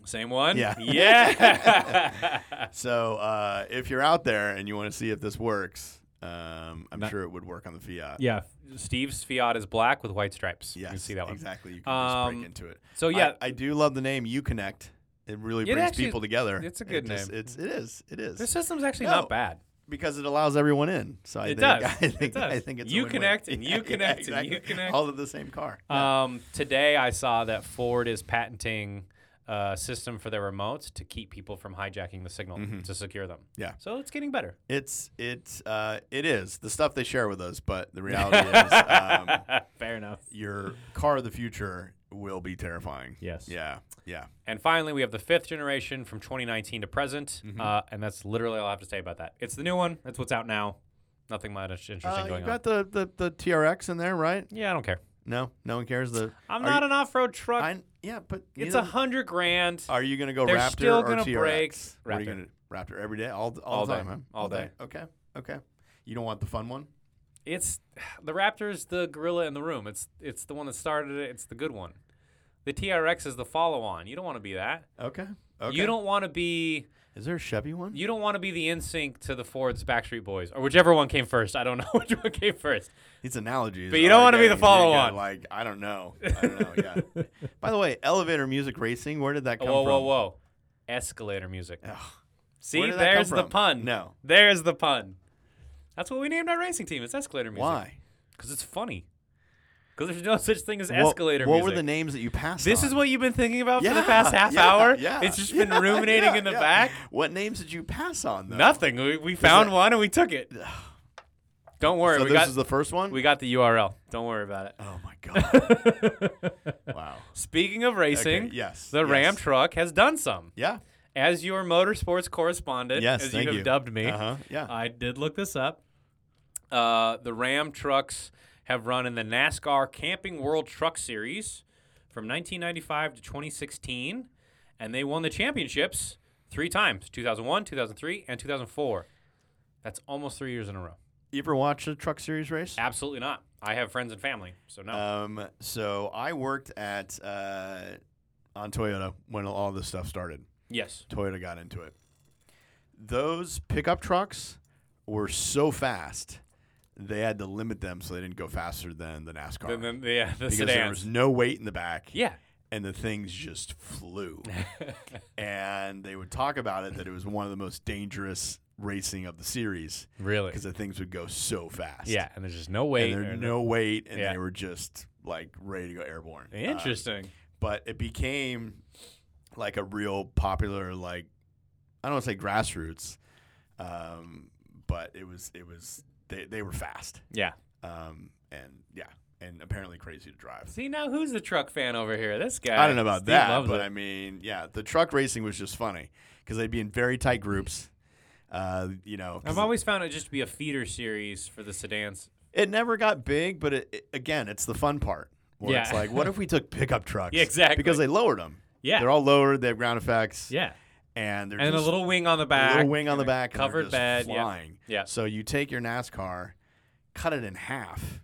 S1: Same one?
S2: Yeah.
S1: Yeah.
S2: So uh, if you're out there and you want to see if this works, um, I'm
S3: Not-
S2: sure it would work on the Fiat.
S3: Yeah.
S1: Steve's Fiat is black with white stripes. you
S2: Yes,
S1: can see that one.
S2: Exactly. You can just
S1: Um,
S2: break into it.
S1: So,
S2: I-
S1: yeah,
S2: I, do love the name UConnect. It really
S1: It
S2: brings
S1: actually-
S2: people together.
S1: it's a
S2: It
S1: good
S2: just-
S1: name.
S2: It's it is it is
S1: this system's actually
S2: No.
S1: not bad.
S2: because it allows everyone in. So
S1: It
S2: I think,
S1: does.
S2: I
S1: It
S2: think, I
S1: does.
S2: think it's a
S1: You
S2: win-win.
S1: connect and you
S2: Yeah, yeah,
S1: connect and
S2: exactly.
S1: you connect.
S2: all of the same car.
S1: Um, today, I saw that Ford is patenting a system for their remotes to keep people from hijacking the signal to secure them.
S2: Mm-hmm. Yeah.
S1: So it's getting better.
S2: It's it's uh, it is the stuff they share with us, but the reality is um,
S3: Fair enough.
S2: your car of the future will be terrifying.
S3: Yes.
S2: Yeah. Yeah.
S1: And finally, we have the fifth generation from 2019 to present, uh, and that's literally all I have to say about that. It's the new one. That's what's out now. Nothing much interesting
S2: Uh, you
S1: going on.
S2: got the, the the TRX in there, right?
S1: Yeah, I don't care.
S2: No, no one cares. The
S1: I'm
S2: are
S1: not
S2: you-
S1: an off-road truck.
S2: I- yeah, but
S1: it's
S2: neither-
S1: a hundred grand.
S2: Are you gonna go
S1: They're
S2: Raptor
S1: still
S2: or
S1: gonna
S2: TRX?
S1: break
S2: What are you
S1: Raptor.
S2: gonna Raptor every day, all all,
S1: All
S2: the
S1: day.
S2: time, man?
S1: All day.
S2: Okay, okay. You don't want the fun one?
S1: It's the Raptor's the gorilla in the room. It's it's the one that started it. It's the good one. The TRX is the follow-on. You don't want to be that.
S2: Okay, okay.
S1: You don't want to be
S2: Is there a Chevy one?
S1: you don't want to be the NSYNC to the Ford's Backstreet Boys or whichever one came first. I don't know which one came first.
S2: These analogies,
S1: But you
S2: are
S1: don't wanna be the
S2: getting- they're getting,
S1: follow-on.
S2: Like I don't know. I don't know. Yeah. By the way, Elevator Music Racing. Where did that come
S1: whoa,
S2: from?
S1: whoa, whoa! Escalator music.
S2: Ugh.
S1: See,
S2: Where did that come
S1: there's the
S2: from?
S1: pun.
S2: No.
S1: There's the pun. That's what we named our racing team. It's escalator music.
S2: Why?
S1: Because it's funny. Because there's no such thing as
S2: What-
S1: escalator
S2: What,
S1: music.
S2: were the names that you passed?
S1: This is
S2: on?
S1: what you've been thinking about for
S2: Yeah,
S1: the past half
S2: yeah,
S1: hour.
S2: Yeah,
S1: it's just
S2: yeah,
S1: been ruminating
S2: yeah,
S1: in the
S2: yeah.
S1: back.
S2: What names did you pass on? Though?
S1: Nothing. We, we found
S2: that-
S1: one and we took it. Don't worry.
S2: So
S1: we
S2: this
S1: got
S2: is the first one.
S1: we got the URL. Don't worry about it.
S2: oh my god! wow.
S1: Speaking of racing,
S2: Okay, yes,
S1: the
S2: yes.
S1: Ram truck has done some.
S2: Yeah.
S1: As your motorsports correspondent,
S2: Yes,
S1: as
S2: thank
S1: you have
S2: you.
S1: dubbed me, Uh,
S2: Uh-huh, yeah.
S1: I did look this up. Uh, the Ram trucks have run in the NASCAR Camping World Truck Series from 1995 to 2016, and they won the championships three times 2001, 2003, and 2004. That's almost three years in a row.
S2: You ever watch a truck series race?
S1: Absolutely not. I have friends and family, so no.
S2: Um, so I worked at uh, on Toyota when all this stuff started.
S1: yes.
S2: Toyota got into it. Those pickup trucks were so fast they had to limit them so they didn't go faster than the NASCAR
S1: Then, then, yeah, the
S2: because there
S1: sedans.
S2: was no weight in the back.
S1: yeah.
S2: and the things just flew. and they would talk about it that it was one of the most dangerous racing of the series
S1: Really?
S2: because the things would go so fast.
S1: Yeah, and there's just no way.
S2: and there no weight, and
S1: Yeah.
S2: they were just like ready to go airborne. Uh,
S1: Interesting.
S2: but it became like a real popular, like I don't want to say grassroots, um, but it was it was they they were fast,
S1: yeah.
S2: um, and yeah, and apparently crazy to drive.
S1: See now, who's the truck fan over here? This guy.
S2: I don't know about
S1: Steve
S2: that,
S1: loves
S2: but
S1: it.
S2: I mean, yeah, the truck racing was just funny because they'd be in very tight groups. Uh, you know, 'cause
S1: I've always found it just to be a feeder series for the sedans.
S2: it never got big, but it, it- again, it's the fun part. Where it's
S1: Yeah.
S2: like, what if we took pickup trucks?
S1: Yeah, exactly.
S2: Because they lowered them.
S1: Yeah.
S2: They're all lowered. They have ground effects.
S1: Yeah,
S2: And they're
S1: and
S2: just
S1: a little wing on the
S2: a
S1: back.
S2: little wing on the back, and they're
S1: covered
S2: just
S1: bed.
S2: flying.
S1: Yeah. Yeah.
S2: So you take your NASCAR, cut it in half,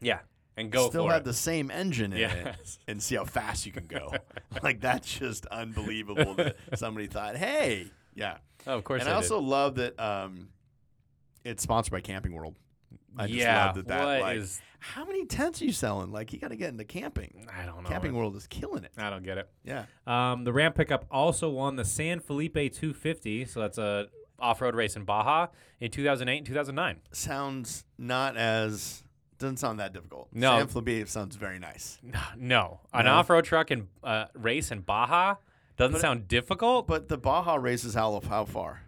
S1: Yeah, yeah, and go
S2: still
S1: for
S2: have
S1: it.
S2: the same engine in it,
S1: Yes.
S2: and see how fast you can go. like that's just unbelievable that somebody thought, hey, yeah.
S1: oh, of course,
S2: And I also love that um, it's sponsored by Camping World. I just
S1: yeah.
S2: love that. that
S1: what
S2: like,
S1: is-
S2: how many tents are you selling? Like you got to get into camping.
S1: I don't know.
S2: Camping
S1: man.
S2: World is killing it.
S1: I don't get it.
S2: Yeah.
S1: Um, the Ram pickup also won the San Felipe 250, so that's a off-road race in Baja in 2008 and 2009.
S2: Sounds not as doesn't sound that difficult.
S1: No.
S2: San Felipe sounds very nice.
S1: No, an
S2: No?
S1: off-road truck and uh, race in Baja doesn't sound difficult. But
S2: But the Baja races how how far?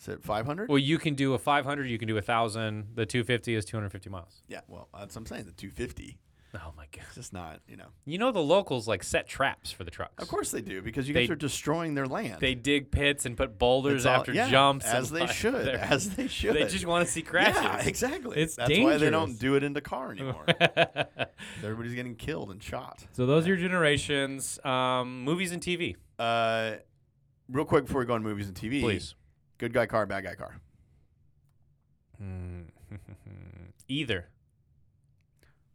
S2: Is it 500?
S1: well, you can do a 500, you can do a thousand. The 250 is 250 miles.
S2: yeah. Well, that's what I'm saying. The 250.
S1: Oh my god!
S2: It's just not. You know.
S1: You know the locals like set traps for the trucks.
S2: Of course they do because you guys
S1: They-
S2: are destroying their land.
S1: They dig pits and put boulders
S2: It's all-
S1: after
S2: yeah,
S1: jumps,
S2: as
S1: and,
S2: they
S1: like,
S2: should,
S1: they're-
S2: as they should.
S1: They just want to see crashes.
S2: Yeah, exactly.
S1: It's
S2: That's why they don't
S1: dangerous.
S2: do it in the car anymore. Everybody's getting killed and shot.
S1: So those are your generations. Um, movies and TV,
S2: Uh, real quick before we go on movies and TV,
S1: please.
S2: Good guy car, bad guy car.
S1: Hmm. Either.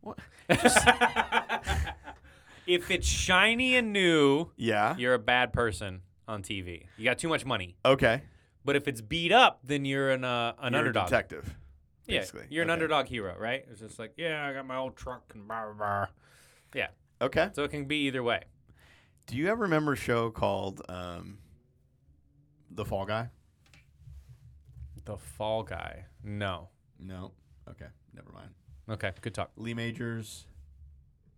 S2: What?
S1: if it's shiny and new,
S2: Yeah.
S1: you're a bad person on TV. You got too much money.
S2: Okay.
S1: But if it's beat up, then you're an uh, an
S2: You're a
S1: underdog.
S2: detective.
S1: yeah,
S2: basically.
S1: you're an
S2: Okay.
S1: underdog hero, right? It's just like, yeah, I got my old truck and blah blah. blah. Yeah,
S2: Okay.
S1: so it can be either way.
S2: Do you ever remember a show called um, The Fall Guy?
S1: The Fall Guy. No.
S2: No. Okay. Never mind.
S1: Okay. Good talk.
S2: Lee Majors.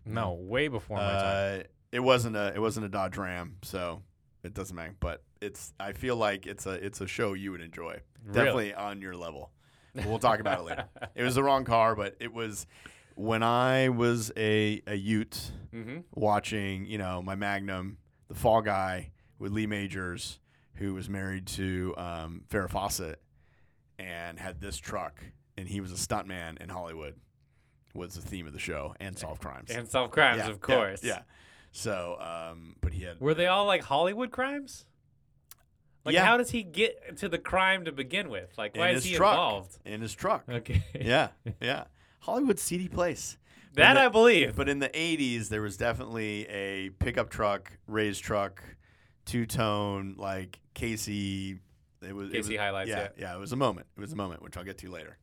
S1: No, way before my time.
S2: Uh, it wasn't a it wasn't a Dodge Ram, so it doesn't matter. But it's I feel like it's a it's a show you would enjoy.
S1: Really?
S2: Definitely on your level. But We'll talk about it later. It was the wrong car, but it was when I was a a Ute
S1: Mm-hmm.
S2: watching, you know, my Magnum, the Fall Guy with Lee Majors, who was married to um, Farrah Fawcett, and had this truck, and he was a stuntman in Hollywood. Was the theme of the show and solve crimes
S1: And self crimes, of course.
S2: yeah. So, um, but he had.
S1: Were they all like Hollywood crimes? Like,
S2: Yeah.
S1: how does he get to the crime to begin with? Like, why
S2: in
S1: is
S2: his
S1: he
S2: truck,
S1: involved?
S2: In his truck.
S1: Okay.
S2: Yeah, yeah. Hollywood's seedy place. But in
S1: that
S2: the-
S1: I believe.
S2: But in the '80s, there was definitely a pickup truck, raised truck, two-tone, like Casey. It was it
S1: Casey
S2: was-
S1: highlights,
S2: Yeah,
S1: yeah.
S2: yeah. It was a moment. It was a moment, which I'll get to later,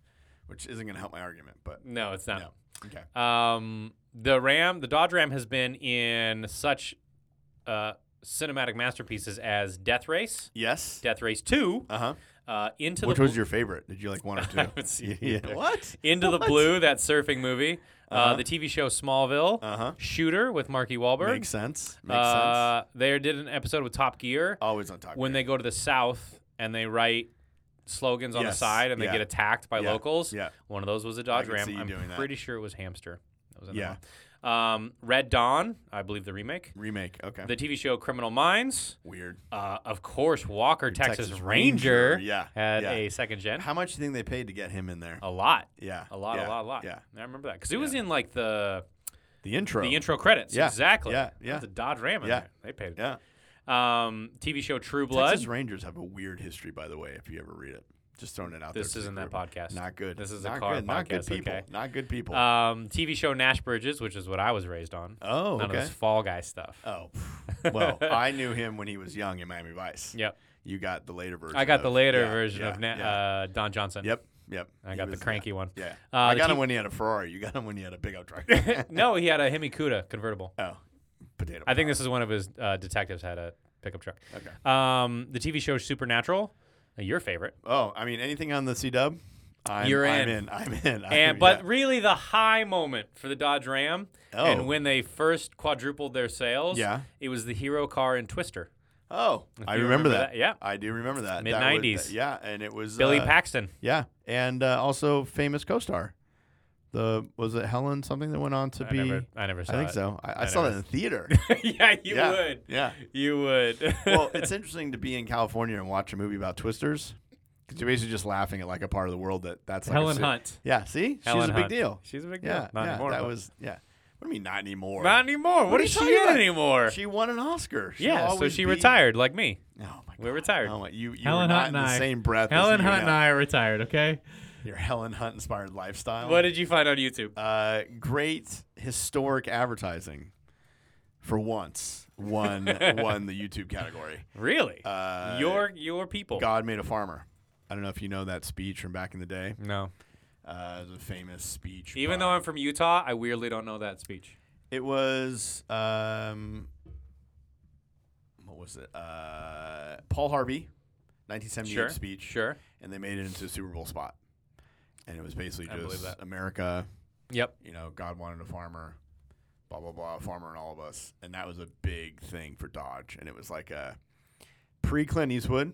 S2: which isn't going to help my argument. But
S1: No, it's not.
S2: no. Okay.
S1: Um, the Ram, the Dodge Ram, has been in such uh, cinematic masterpieces as Death Race,
S2: Yes.
S1: Death Race Two,
S2: Uh huh.
S1: uh, Into
S2: Which
S1: the
S2: was
S1: Bl-
S2: your favorite? Did you like one or two?
S1: haven't seen either.
S2: What?
S1: Into the
S2: What?
S1: Blue, that surfing movie, uh
S2: Uh-huh.
S1: the TV show Smallville,
S2: Uh-huh.
S1: Shooter with Marky Wahlberg.
S2: Makes sense. Makes sense. Oh,
S1: uh, They did an episode with Top Gear
S2: Always on top.
S1: when they go to the South and they write slogans on the
S2: Yes.
S1: side and they
S2: Yeah.
S1: get attacked by
S2: Yeah.
S1: locals.
S2: Yeah.
S1: One of those was a Dodge
S2: can
S1: Ram.
S2: see you
S1: I'm
S2: doing that.
S1: pretty sure it was Hamster. That was in
S2: Yeah.
S1: there. Um, Red Dawn, I believe the remake.
S2: remake. Okay.
S1: The TV show Criminal Minds.
S2: Weird.
S1: Uh, of course, Walker, Texas,
S2: Texas
S1: Ranger,
S2: Ranger, yeah,
S1: had
S2: yeah.
S1: a second gen.
S2: How much do you think they paid to get him in there?
S1: a lot.
S2: yeah.
S1: A lot,
S2: yeah,
S1: a lot, a lot.
S2: Yeah.
S1: I remember that. Because it was in like the
S2: The intro.
S1: the intro credits.
S2: Yeah,
S1: Exactly.
S2: yeah, yeah.
S1: The Dodge Ram in
S2: Yeah.
S1: there. They paid.
S2: Yeah.
S1: Um, TV show True Blood.
S2: Texas Rangers have a weird history, by the way, if you ever read it. Just throwing it out there.
S1: This
S2: to the
S1: isn't that
S2: group.
S1: podcast.
S2: Not good.
S1: This is a
S2: not
S1: car
S2: good. Not good
S1: podcast,
S2: people.
S1: okay?
S2: Not good people.
S1: Um, TV show Nash Bridges, which is what I was raised on.
S2: oh,
S1: None of
S2: okay.
S1: this Fall Guy stuff.
S2: Oh, pff. well, I knew him when he was young in Miami Vice.
S1: Yep.
S2: You got the later version.
S1: I got the
S2: of-
S1: later
S2: yeah,
S1: version
S2: yeah,
S1: of Na-
S2: yeah.
S1: uh, Don Johnson.
S2: Yep. Yep.
S1: I
S2: He
S1: got the
S2: was- yeah,
S1: cranky one.
S2: Yeah.
S1: Uh,
S2: I
S1: the
S2: got
S1: T-
S2: him when he had a Ferrari. You got him when he had a big out truck.
S1: no, he had a Hemi Cuda convertible.
S2: oh, potato.
S1: I think this is one of his uh, detectives had a pickup truck.
S2: Okay.
S1: Um, the TV show Supernatural, uh, your favorite,
S2: Oh, I mean, anything on the C Dub? I'm,
S1: You're
S2: I'm
S1: in.
S2: in. I'm in. I'm
S1: and
S2: in,
S1: but
S2: yeah.
S1: really the high moment for the Dodge Ram,
S2: Oh.
S1: and when they first quadrupled their sales,
S2: Yeah.
S1: it was the hero car in Twister.
S2: oh, I
S1: you
S2: remember,
S1: remember
S2: that.
S1: that, yeah.
S2: I do remember that. That was-
S1: Mid-nineties.
S2: that- Yeah, and it was
S1: Billy
S2: uh,
S1: Paxton,
S2: Yeah, and uh, also famous co-star. The was it Helen something that went on to
S1: I
S2: be?
S1: never, I never saw
S2: I think
S1: it.
S2: so. I, I,
S1: I
S2: saw that
S1: never-
S2: in the theater.
S1: yeah, you
S2: yeah.
S1: would,
S2: Yeah.
S1: you would.
S2: Well, it's interesting to be in California and watch a movie about twisters because you're basically just laughing at like a part of the world that that's like a
S1: Helen
S2: si-
S1: Hunt.
S2: Yeah. See,
S1: Helen
S2: she's a big
S1: Hunt.
S2: deal.
S1: She's a big deal.
S2: Yeah.
S1: not
S2: yeah,
S1: anymore.
S2: That
S1: but-
S2: was yeah. What do you mean not anymore?
S1: not anymore. What,
S2: What
S1: is
S2: are
S1: she
S2: you
S1: in
S2: talking about?
S1: anymore?
S2: she won an Oscar. She'll
S1: yeah, so
S2: always
S1: she
S2: be-
S1: retired like me.
S2: Oh my
S1: We're
S2: God.
S1: retired.
S2: Oh my- you you
S3: Helen
S2: were not
S3: Hunt
S2: in
S3: and
S2: the
S3: I-
S2: same breath. as
S3: Helen
S2: you
S3: Hunt and
S2: now.
S3: I are retired. Okay.
S2: Your Helen Hunt inspired lifestyle.
S1: What did you find on YouTube?
S2: Oh. Uh, great historic advertising for once won won the YouTube category.
S1: Really?
S2: Uh,
S1: your your people.
S2: God made a farmer. I don't know if you know that speech from back in the day.
S1: No.
S2: uh, the famous speech.
S1: Even
S2: by-
S1: though I'm from Utah, I weirdly don't know that speech.
S2: It was um, what was it? Uh, Paul Harvey, 1978
S1: Sure,
S2: speech,
S1: Sure.
S2: and they made it into a Super Bowl spot, and it was basically
S1: I believe
S2: just
S1: that.
S2: America.
S1: Yep.
S2: You know, God wanted a farmer, blah blah blah, farmer and all of us, and that was a big thing for Dodge, and it was like a pre Clint Eastwood.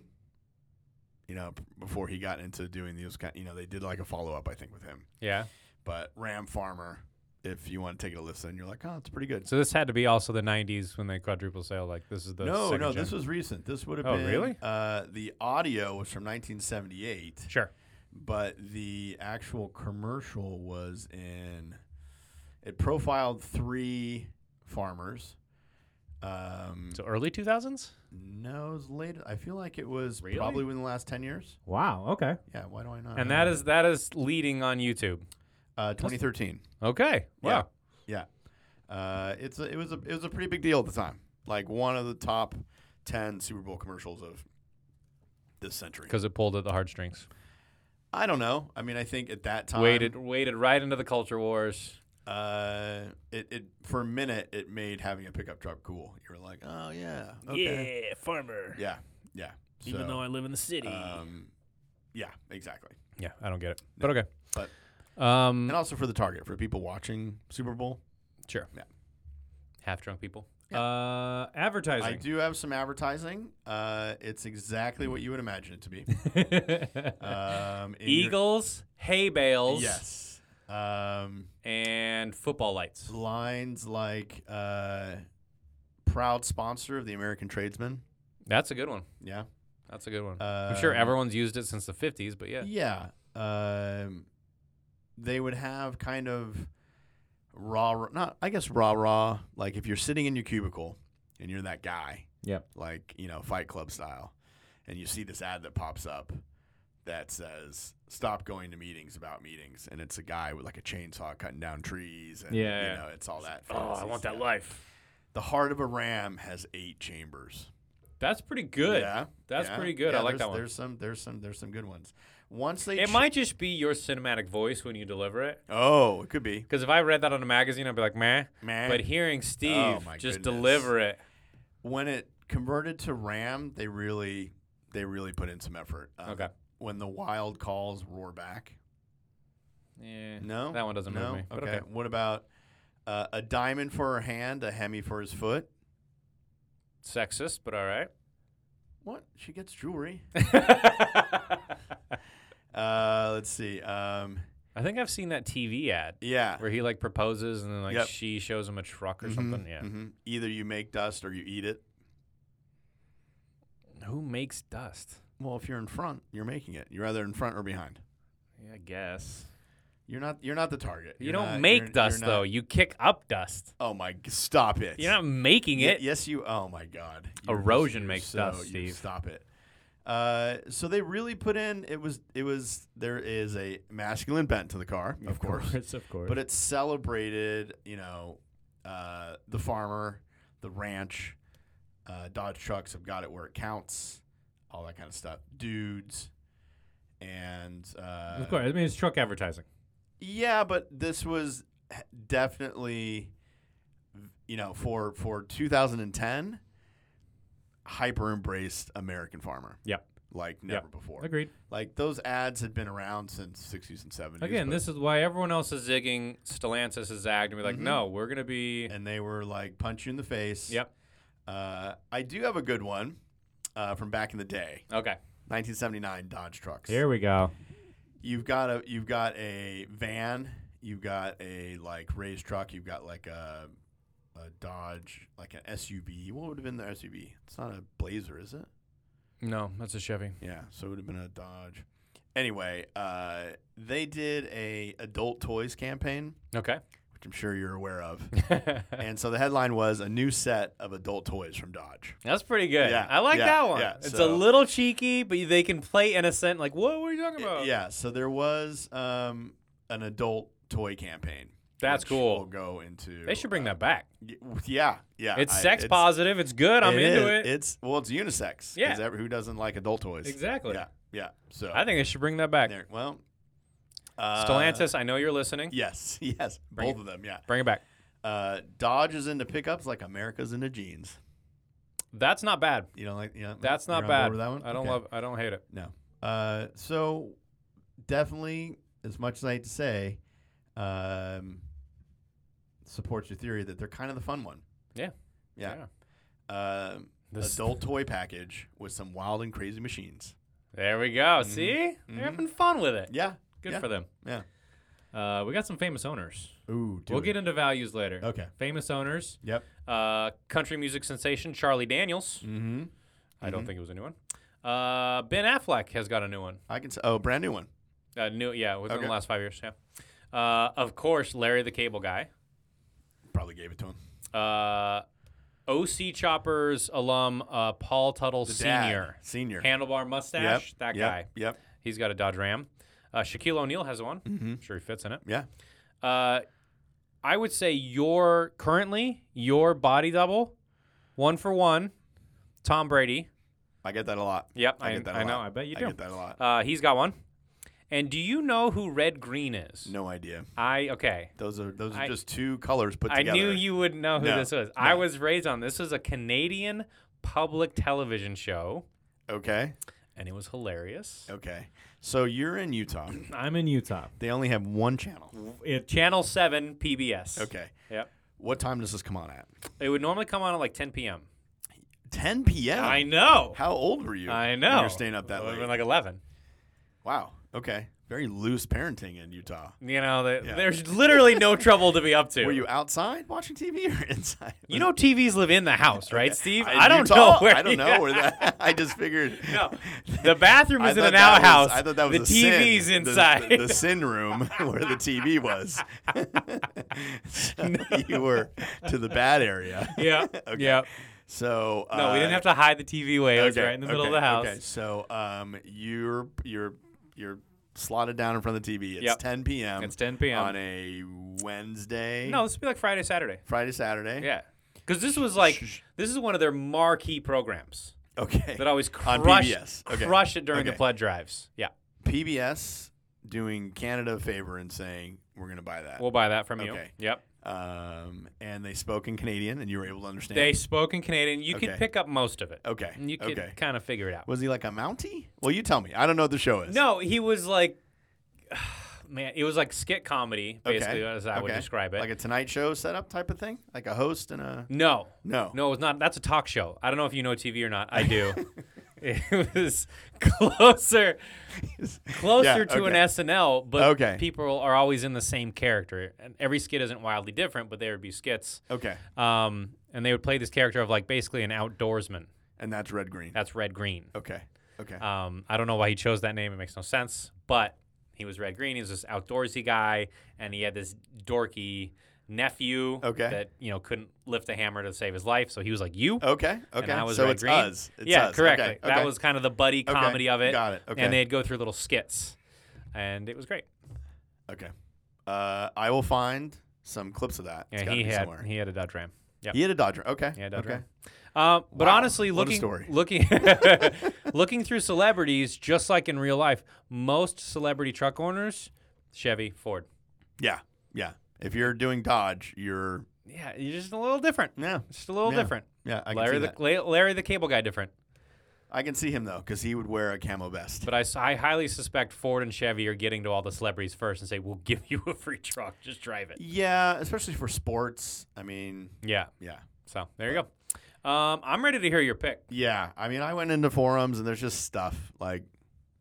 S2: You know, p- before he got into doing these kind, you know, they did like a follow up, I think, with him.
S1: Yeah.
S2: But Ram Farmer, if you want to take it a listen, you're like, oh, it's pretty good.
S1: So this had to be also the 90s when they quadruple sale. Like this is the
S2: no,
S1: second
S2: no,
S1: gen.
S2: this was recent. This would have
S1: Oh,
S2: been
S1: really?
S2: Uh, the audio was from 1978,
S1: sure.
S2: but the actual commercial was in. It profiled three farmers. Um,
S1: So early 2000s.
S2: no, it was later. I feel like it was
S1: Really?
S2: probably within the last ten years.
S3: Wow. Okay.
S2: Yeah, why do I not?
S1: And
S2: know?
S1: that is that is leading on YouTube.
S2: uh, 2013.
S1: Okay. Wow.
S2: Yeah, uh, it's a, it was a it was a pretty big deal at the time. Like one of the top ten Super Bowl commercials of this century.
S1: Because it pulled at the heartstrings.
S2: I don't know. I mean, I think at that time,
S1: Waded waded right into the culture wars.
S2: Uh, it, it for a minute it made having a pickup truck cool. You were like, oh yeah, okay.
S4: Yeah, farmer.
S2: yeah, yeah.
S4: Even
S2: So,
S4: though I live in the city.
S2: um, yeah, exactly.
S1: Yeah, I don't get it. But okay.
S2: But-
S1: um,
S2: And also for the target for people watching Super Bowl,
S1: Sure.
S2: Yeah.
S1: Half drunk people. Uh, advertising.
S2: I do have some advertising. Uh, it's exactly what you would imagine it to be. um, in your-
S1: Eagles, hay bales,
S2: yes. Um,
S1: and football lights.
S2: lines like uh, proud sponsor of the American Tradesman.
S1: That's a good one.
S2: Yeah.
S1: That's a good one.
S2: Uh,
S1: I'm sure everyone's used it since the 50s, but yeah.
S2: Yeah. Um, they would have kind of raw, raw, not, I guess, raw, raw. Like if you're sitting in your cubicle and you're that guy,
S3: Yep.
S2: like, you know, Fight Club style, and you see this ad that pops up that says, stop going to meetings about meetings. And it's a guy with like a chainsaw cutting down trees. And,
S1: Yeah,
S2: You
S1: yeah.
S2: know, it's all that.
S4: oh, I
S2: fancy
S4: want that
S2: stuff.
S4: life.
S2: The heart of a ram has eight chambers.
S1: That's pretty good.
S2: Yeah.
S1: That's
S2: yeah,
S1: pretty good.
S2: yeah,
S1: I like
S2: there's-
S1: that one.
S2: There's some, there's some, there's some good ones. Once they
S1: It
S2: ch-
S1: might just be your cinematic voice when you deliver it.
S2: Oh, it could be.
S1: Because if I read that on a magazine, I'd be like, meh.
S2: Man.
S1: But hearing Steve
S2: Eh. Oh my
S1: just
S2: goodness.
S1: deliver it.
S2: when it converted to RAM, they really they really put in some effort. Um,
S1: Okay.
S2: When the wild calls roar back.
S1: Yeah.
S2: No.
S1: eh, That one doesn't
S2: no?
S1: move me. But
S2: okay.
S1: okay.
S2: What about uh, a diamond for her hand, a hemi for his foot?
S1: Sexist, but all right.
S2: What? She gets jewelry. uh, let's see. Um,
S1: I think I've seen that TV ad
S2: yeah.
S1: where he like proposes and then like
S2: Yep.
S1: she shows him a truck or
S2: Mhm,
S1: something. Yeah.
S2: mhm. Either you make dust or you eat it. Mm-hmm.
S1: Who makes dust?
S2: Well, if you're in front, you're making it. You're either in front or behind.
S1: Yeah, I guess.
S2: You're not. You're not the target.
S1: You
S2: You're
S1: don't
S2: not-
S1: make
S2: you're- you're
S1: dust
S2: not-
S1: though. You kick up dust.
S2: Oh my! g- Stop it.
S1: You're not making
S2: Ye-
S1: it.
S2: yes, you. Oh my God. You're
S1: Erosion
S2: you're
S1: makes
S2: so-
S1: dust,
S2: you
S1: Steve.
S2: Stop it. Uh, so they really put in. It was. It was. There is a masculine bent to the car, of, course,
S3: of course.
S2: but it celebrated. You know, uh, the farmer, the ranch, uh, Dodge trucks have got it where it counts, all that kind of stuff. Dudes, and uh,
S3: of course. I mean, it's truck advertising.
S2: yeah, but this was h- definitely, you know, for for 2010, hyper embraced American farmer
S3: Yep.
S2: like never before.
S3: Agreed.
S2: Like those ads had been around since 60s and 70s.
S1: Again,
S2: but-
S1: this is why everyone else is zigging. Stellantis is zagged and be like,
S2: Mhm.
S1: no, we're gonna be.
S2: and they were like punch you in the face.
S1: Yep.
S2: Uh, I do have a good one uh, from back in the day,
S1: Okay.
S2: 1979 Dodge trucks.
S3: Here we go.
S2: you've got a you've got a van, you've got a like race truck, you've got like a a Dodge, like an SUV. What would have been the SUV? It's not a Blazer, is it?
S1: No, that's a Chevy.
S2: Yeah, so it would have been a Dodge. Anyway, uh, they did a adult toys campaign,
S1: Okay.
S2: which I'm sure you're aware of.
S1: that's
S2: and so the headline was a new set of adult toys from Dodge.
S1: pretty good.
S2: Yeah,
S1: I like
S2: yeah,
S1: that one.
S2: yeah,
S1: it's a
S2: so-
S1: little cheeky, but they can play innocent. Like, what were you talking about?
S2: Yeah, so there was um, an adult toy campaign.
S1: That's
S2: which
S1: cool.
S2: We'll go into.
S1: They should bring
S2: uh,
S1: that back.
S2: Y- Yeah, yeah.
S1: It's
S2: I-
S1: sex positive. It's good. I'm
S2: it
S1: into
S2: is.
S1: it.
S2: It's well, it's unisex. 'cause
S1: Yeah.
S2: every- who doesn't like adult toys?
S1: Exactly.
S2: Yeah, yeah. So
S1: I think they should bring that back.
S2: there- well, Uh,
S1: Stellantis, I know you're listening.
S2: Yes, yes,
S1: Bring
S2: both
S1: it.
S2: of them. Yeah.
S1: Bring it back.
S2: Uh, Dodge is into pickups like America's into jeans.
S1: That's not bad.
S2: You don't like? You don't,
S1: That's
S2: you're
S1: not
S2: on
S1: bad.
S2: board with that one?
S1: I don't
S2: Okay.
S1: love. I don't hate it.
S2: No. Uh, so definitely, as much as I hate to say, um, supports your theory that they're kind of the fun one.
S1: Yeah.
S2: Yeah. Um,
S1: This-
S2: adult toy package with some wild and crazy machines.
S1: There we go. See, they're having fun with it.
S2: Yeah.
S1: Good
S2: Mm-hmm. yeah,
S1: for them.
S2: Yeah.
S1: Uh, we got some famous owners.
S2: Ooh. do
S1: we'll
S2: it.
S1: get into values later.
S2: Okay.
S1: Famous owners.
S2: Yep.
S1: Uh, country music sensation Charlie Daniels.
S2: Mm-hmm.
S1: I don't think it was a new one. Uh, ben Affleck has got a new one.
S2: I can. s- Oh, brand new one.
S1: Uh, new, yeah, within
S2: Okay.
S1: the last five years. Yeah. Uh, of course, Larry the Cable Guy.
S2: Probably gave it to him.
S1: Uh, OC Choppers alum uh, Paul Tuttle
S2: The dad,
S1: Senior.
S2: Senior.
S1: Handlebar mustache.
S2: Yep,
S1: That
S2: yep,
S1: guy.
S2: Yep.
S1: He's got a Dodge Ram. Uh, Shaquille O'Neal has one.
S2: Mm-hmm.
S1: I'm sure he fits in it.
S2: Yeah.
S1: Uh, I would say your currently your body double, one for one, Tom Brady.
S2: I get that a lot.
S1: Yep,
S2: I
S1: I,
S2: get that a
S1: I know.
S2: lot.
S1: I bet you
S2: I
S1: do.
S2: get that a lot.
S1: Uh, he's got one. And do you know who Red Green is?
S2: No idea.
S1: I okay.
S2: Those are those are
S1: I-
S2: just two colors put together.
S1: I knew you would know who
S2: No,
S1: this was. I
S2: no.
S1: was raised on this was a Canadian public television show,
S2: Okay.
S1: and it was hilarious.
S2: Okay. So you're in Utah.
S3: I'm in Utah.
S2: They only have one channel.
S3: It
S1: Channel Seven PBS.
S2: Okay.
S1: Yep.
S2: What time does this come on at?
S1: It would normally come on at like 10 p.m.
S2: 10 p.m.
S1: I know.
S2: How old were you?
S1: I
S2: when
S1: know.
S2: You're staying up that
S1: It would've
S2: late.
S1: been like 11.
S2: wow. Okay. Very loose parenting in Utah.
S1: You know, the,
S2: Yeah.
S1: there's literally no trouble to be up to.
S2: Were you outside watching TV or inside?
S1: You know, TVs live in the house, right, Steve?
S2: In
S1: I don't
S2: Utah?
S1: know where.
S2: I don't know where that. I just figured.
S1: No, the bathroom
S2: I
S1: is in
S2: thought
S1: an
S2: that was-
S1: outhouse.
S2: I thought that was
S1: the
S2: a sin,
S1: TV's
S2: the-
S1: inside.
S2: The, the sin room where the TV was. So You were to the bad area.
S1: yeah.
S2: Okay.
S1: Yeah.
S2: So uh,
S1: No, we didn't have to hide the TV away. It was right in the middle of the house.
S2: Okay, so um, you're you're you're slotted down in front of the TV. It's
S1: Yep.
S2: 10 p.m.
S1: It's 10 p.m.
S2: on a Wednesday.
S1: No, this would be like Friday, Saturday.
S2: Friday, Saturday.
S1: Yeah. Because this was like, this is one of their marquee programs
S2: Okay.
S1: that always
S2: On
S1: crush,
S2: PBS. Okay.
S1: crush it during the
S2: Okay.
S1: pledge drives. Yeah.
S2: PBS doing Canada a favor and saying we're gonna buy that.
S1: We'll buy that from you.
S2: Okay.
S1: Yep.
S2: um, and they spoke in Canadian, and you were able to understand.
S1: They spoke in Canadian. You could
S2: Okay.
S1: pick up most of it.
S2: okay.
S1: And You could
S2: okay.
S1: kind of figure it out.
S2: Was he like a Mountie? Well, you tell me. I don't know what the show is.
S1: No, he was like, man, it was like skit comedy,
S2: Okay.
S1: basically, as I would
S2: okay.
S1: describe it.
S2: Like a Tonight Show setup type of thing, like a host and a.
S1: no,
S2: No.
S1: no, it's not. That's a talk show. I don't know if you know TV or not. I do. it was closer, closer to an
S2: okay.
S1: SNL, but
S2: Okay.
S1: people are always in the same character, and every skit isn't wildly different, but there would be skits.
S2: Okay.
S1: Um, and they would play this character of like basically an outdoorsman.
S2: And that's red green.
S1: That's Red Green.
S2: Okay. Okay.
S1: Um, I don't know why he chose that name. It makes no sense. But he was red green. He was this outdoorsy guy, and he had this dorky nephew
S2: Okay.
S1: that you know couldn't lift a hammer to save his life. So he was like you.
S2: okay. Okay.
S1: And I was
S2: so
S1: red
S2: it's
S1: green.
S2: us. It's
S1: yeah,
S2: us.
S1: correctly.
S2: Okay.
S1: That
S2: okay.
S1: was kind of the buddy
S2: Okay.
S1: comedy of it.
S2: Got it. Okay.
S1: And they'd go through little skits, and it was great.
S2: Okay. Uh, I will find some clips of that. It's
S1: And
S2: gotta
S1: he
S2: be
S1: had
S2: somewhere.
S1: he had a Dodge Ram. Yeah.
S2: He had a Dodger. Okay.
S1: Yeah, Dodge
S2: okay.
S1: Ram. Um, but
S2: Wow,
S1: honestly,
S2: what a
S1: looking
S2: story.
S1: looking looking through celebrities, just like in real life, most celebrity truck owners, Chevy, Ford.
S2: Yeah. Yeah. If you're doing Dodge, you're
S1: Yeah, you're just a little different.
S2: yeah.
S1: Just a little
S2: Yeah.
S1: different.
S2: Yeah. I can see
S1: Larry the
S2: that.
S1: La- Larry the Cable Guy different.
S2: I can see him though, because he would wear a camo vest.
S1: But I, s- I highly suspect Ford and Chevy are getting to all the celebrities first and say, "We'll give you a free truck. Just drive it."
S2: Yeah, especially for sports. I mean,
S1: Yeah.
S2: yeah.
S1: So there you go. Um, I'm ready to hear your pick.
S2: Yeah, I mean, I went into forums and there's just stuff like